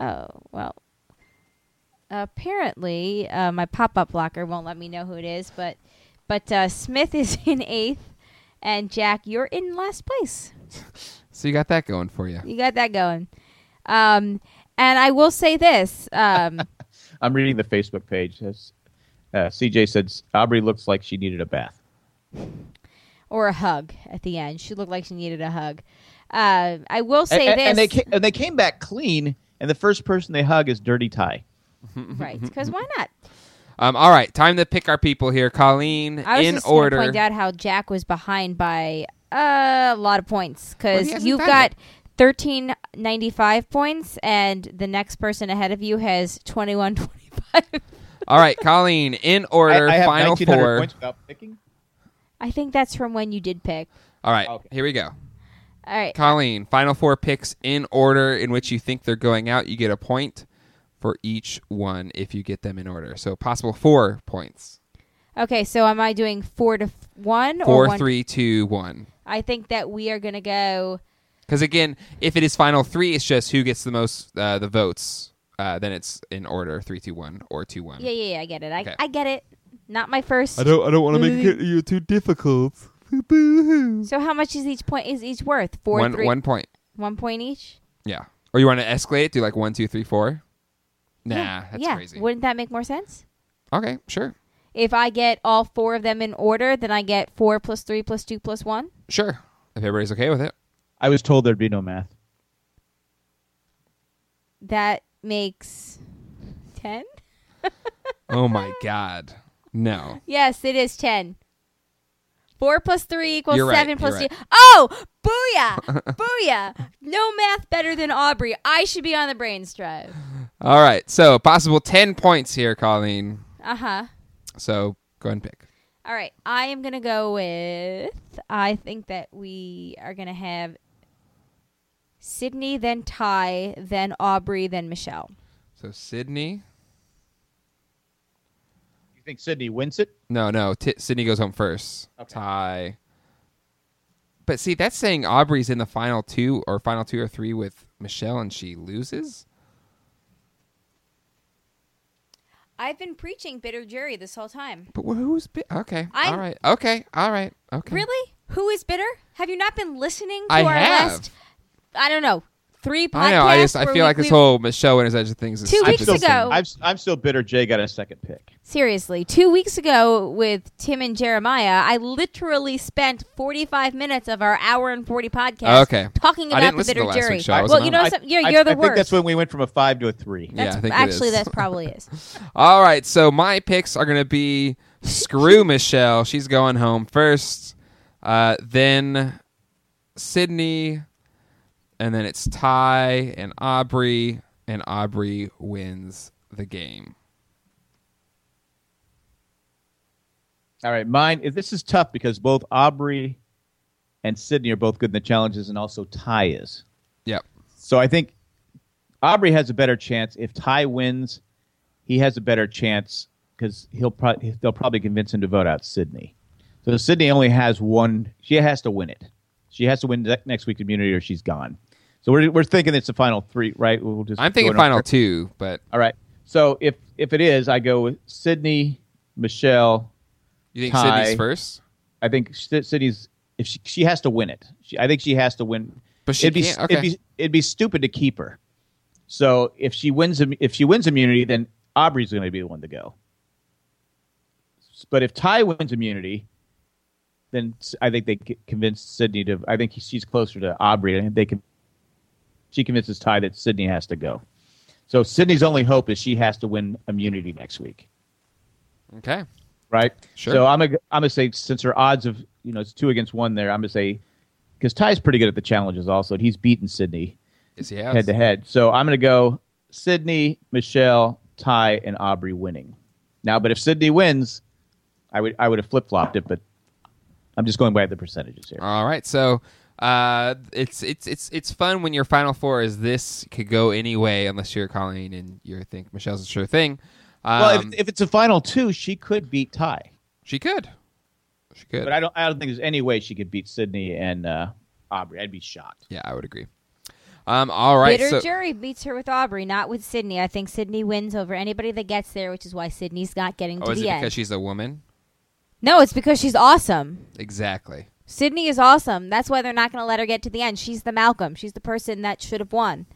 B: Oh well. Apparently, uh, my pop up blocker won't let me know who it is, but but uh, Smith is [laughs] in eighth, and Jack, you're in last place.
A: So you got that going for you.
B: You got that going. Um, and I will say this. Um, [laughs]
C: I'm reading the Facebook page. It's- Uh, CJ said Aubrey looks like she needed a bath.
B: or a hug at the end. She looked like she needed a hug. Uh, I will
C: And,
B: say
C: and-
B: this.
C: and they came, and they came back clean. And the first person they hug is Dirty Ty.
B: right,
A: [laughs]
B: because why not?
A: Um, all right, time to pick our people here. Colleen,
B: I was
A: in
B: just gonna
A: order.
B: point out how Jack was behind by uh, a lot of points
A: he
B: because
A: hasn't
B: you've
A: done
B: got
A: it.
B: thirteen ninety five points, and the next person ahead of you has twenty one [laughs] twenty five.
A: All right, Colleen, in order.
C: I, I have
A: final
C: 1900
A: four.
C: points without picking.
B: I think that's from when you did pick.
A: All right,
C: Oh, Okay.
A: here we go.
B: All right,
A: Colleen, final four picks in order in which you think they're going out. You get a point for each one if you get them in order. So possible four points.
B: okay. So am I doing four to f- one or
A: Four,
B: one?
A: three, two, one.
B: I think that we are gonna go.
A: Because again, if it is final three, it's just who gets the most uh, the votes. Uh, then it's in order three, two, one, or two, one.
B: Yeah, yeah, yeah. I get it. I,
A: Okay.
B: I get it. Not my first.
A: don't. I don't want to make it you too difficult.
B: So how much is each point? Is each worth four,
A: One,
B: three-
A: one point.
B: one point each?
A: Yeah. Or you want to escalate it? Do like one, two, three, four. Nah, that's
B: yeah.
A: crazy.
B: Wouldn't that make more sense?
A: Okay, sure,
B: If I get all four of them in order, then I get four plus three plus two plus one.
A: sure. If everybody's okay with it,
B: [laughs]
C: I was told there'd be no math.
B: That makes ten.
A: Oh my god. No.
B: Yes, it is ten. Four plus three equals
A: You're right,
B: seven plus
A: you're
B: two.
A: right.
B: Oh,
A: [laughs]
B: booyah, booyah! No math better than Aubrey. I should be on the brains drive.
A: All right. So possible ten points here, Colleen.
B: Uh huh.
A: So go ahead and pick.
B: All right, I am gonna go with. I think that we are gonna have Sydney, then Ty, then Aubrey, then Michelle.
A: So Sydney.
C: You think Sydney wins it?
A: No, no. T- Sydney goes home first. Tie. But see, that's saying Aubrey's in the final two or final two or three with Michelle, and she loses.
B: I've been preaching bitter jury this whole time.
A: But wh- who's bi- okay?
B: I'm-
A: all right. Okay. All right. Okay.
B: Really? Who is bitter? Have you not been listening to
A: I
B: our
A: have.
B: last? I don't know. Three podcasts.
A: I know. I just I
B: where
A: feel
B: we-
A: like this
B: we-
A: whole Michelle and his edge of things is
B: Two
A: stupid.
B: weeks
C: Still-
B: ago-
C: I'm, I'm still bitter Jay got a second pick.
B: Seriously, two weeks ago with Tim and Jeremiah, I literally spent 45 minutes of our hour and 40 podcast
A: Okay.
B: talking
A: I
B: about
A: didn't
B: the
A: listen to
B: bitter
A: last
B: jury.
A: week's show. I
B: well,
A: wasn't
B: you
A: on.
B: know,
C: I-
B: some, you're,
C: I-
B: you're the
C: I
B: worst.
C: think that's when we went from a five to a three.
A: Yeah, I think it
B: actually
A: is.
B: that's probably is.
A: All right, so my picks are going to be screw Michelle. She's going home first. Uh, then Sydney, and then it's Ty and Aubrey, and Aubrey wins the game.
C: All right, mine. This is tough because both Aubrey and Sydney are both good in the challenges, and also Ty is.
A: Yep.
C: So I think Aubrey has a better chance. If Ty wins, he has a better chance because he'll pro- they'll probably convince him to vote out Sydney. So Sydney only has one. She has to win it. She has to win ne- next week's immunity, or she's gone. So we're we're thinking it's the final three, right? We'll just
A: I'm
C: go
A: thinking
C: in order.
A: final two, but
C: All right. So if if it is, I go with Sydney, Michelle.
A: you think
C: Ty.
A: Sydney's first?
C: I think Sy- Sydney's if she, she has to win it. She, I think she has to win.
A: But she
C: it'd be
A: can't-
C: it'd
A: okay.
C: be it'd be stupid to keep her. So if she wins im- if she wins immunity, then Aubrey's going to be the one to go. But if Ty wins immunity, then s- I think they c- convince Sydney to. I think she's closer to Aubrey. I think they can. She convinces Ty that Sydney has to go. So Sydney's only hope is she has to win immunity next week
A: Okay.
C: right?
A: Sure.
C: So I'm a, I'm gonna say since her odds of you know it's two against one there, I'm gonna say because Ty's pretty good at the challenges also. and He's beaten Sydney
A: Yes, he
C: head
A: has.
C: to head, so I'm gonna go Sydney, Michelle, Ty, and Aubrey winning. Now, but if Sydney wins, I would I would have flip flopped it, but I'm just going by the percentages here.
A: All right, so uh, it's it's it's it's fun when your final four is this could go any way unless you're Colleen and you think Michelle's a sure thing. Um,
C: well, if, if it's a final two, she could beat Ty,
A: she could, she could.
C: but I don't I don't think there's any way she could beat Sydney and uh, Aubrey. I'd be shocked.
A: yeah, I would agree. Um, [laughs] all right,
B: Bitter
A: so
B: jury beats her with Aubrey, not with Sydney. I think Sydney wins over anybody that gets there, which is why Sydney's not getting
A: oh,
B: to
A: is
B: the
A: it
B: end.
A: because she's a woman?
B: no, it's because she's awesome.
A: Exactly.
B: Sydney is awesome. That's why they're not going to let her get to the end. She's the Malcolm. She's the person that should have won.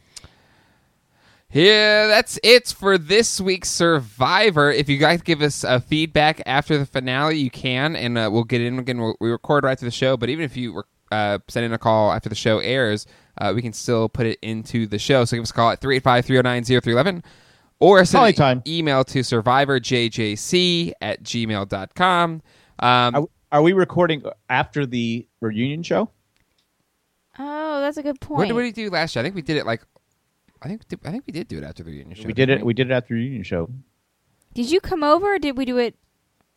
A: Yeah, that's it for this week's Survivor. If you guys give us uh, feedback after the finale, you can, and uh, we'll get in again. We'll, we record right after the show, but even if you uh, send in a call after the show airs, uh, we can still put it into the show. So give us a call at 385 309 0311 or send
C: Calling
A: an
C: time.
A: email to survivorjjc at gmail.com.
C: Are,
A: Um,
C: are we recording after the reunion show?
B: Oh, that's a good point.
A: what did we do last year? I think we did it like. I think I think we did do it after the reunion show.
C: We did
A: didn't
C: it. We did it after the union show.
B: Did you come over or did we do it?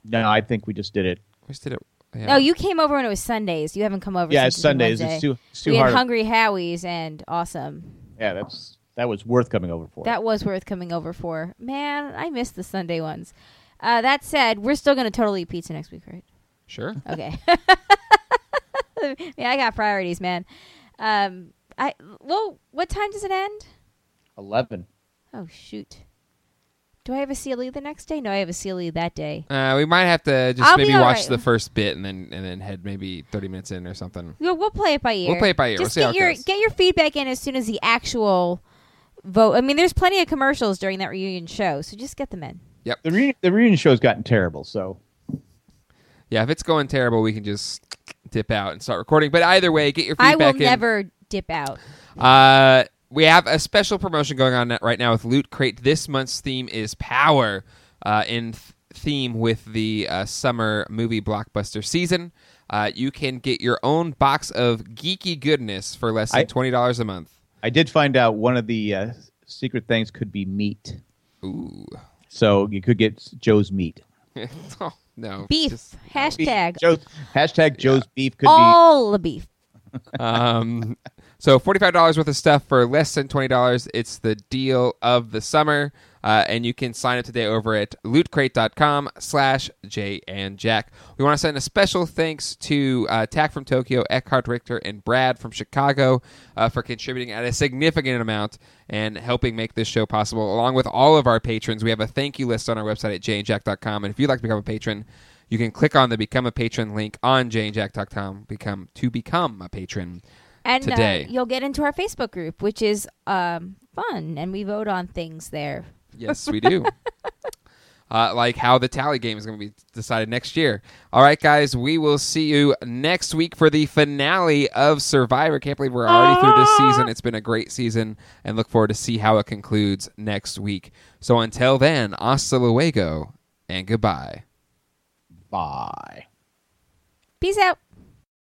C: No, I think we just did it.
A: We just did it. yeah.
B: No, Oh, you came over when it was Sundays. You haven't come over.
C: Yeah,
B: since
C: it's
B: been
C: Sundays.
B: Wednesday.
C: It's too- it's too
B: we
C: hard.
B: had Hungry Howie's and Awesome.
C: Yeah, that's that was worth coming over for.
B: That was worth coming over for. Man, I miss the Sunday ones. Uh, that said, we're still going to totally eat pizza next week, right?
A: sure.
B: Okay. [laughs] yeah, I got priorities, man. Um, I well, what time does it end?
C: eleven.
B: Oh shoot. Do I have a CLE the next day? No, I have a CLE that day.
A: Uh, we might have to just
B: I'll be
A: maybe
B: all
A: watch
B: right.
A: the first bit and then and then head maybe thirty minutes in or something.
B: We'll, we'll play it by ear.
A: We'll play it by ear. We'll
B: Just
A: see how
B: get
A: it
B: your
A: goes.
B: get your feedback in as soon as the actual vote. I mean, there's plenty of commercials during that reunion show, so just get them in.
C: The reunion, the reunion show's gotten terrible. So
A: Yeah, if it's going terrible, we can just dip out and start recording. But either way, get your
B: I
A: feedback.
B: will
A: in.
B: never dip out.
A: Uh, we have a special promotion going on right now with Loot Crate. This month's theme is power, uh, in th- theme with the uh, summer movie blockbuster season. Uh, you can get your own box of geeky goodness for less than
C: I-
A: twenty dollars a month. [laughs]
C: I did find out one of the uh, secret things could be meat.
A: Ooh,
C: So you could get Joe's meat.
A: oh, no
B: Beef.
A: just-
B: Hashtag
C: Joe's, hashtag Joe's beef could
B: all the beef.
A: Um, So $45 worth of stuff for less than $20. It's the deal of the summer. Uh, and you can sign up today over at lootcrate.com slash J and Jack. We want to send a special thanks to uh, Tack from Tokyo, Eckhart Richter, and Brad from Chicago uh, for contributing at a significant amount and helping make this show possible. Along with all of our patrons, we have a thank you list on our website at jandjack.com. And if you'd like to become a patron, you can click on the Become a Patron link on janejack.com become, to become a patron
B: and
A: today.
B: Uh, you'll get into our Facebook group, which is um, fun, and we vote on things there.
A: Yes, we do. uh, like how the tally game is going to be decided next year. All right, guys, we will see you next week for the finale of Survivor. Can't believe we're already through this season. It's been a great season, and look forward to see how it concludes next week. So until then, hasta luego and goodbye.
C: Bye.
B: Peace out.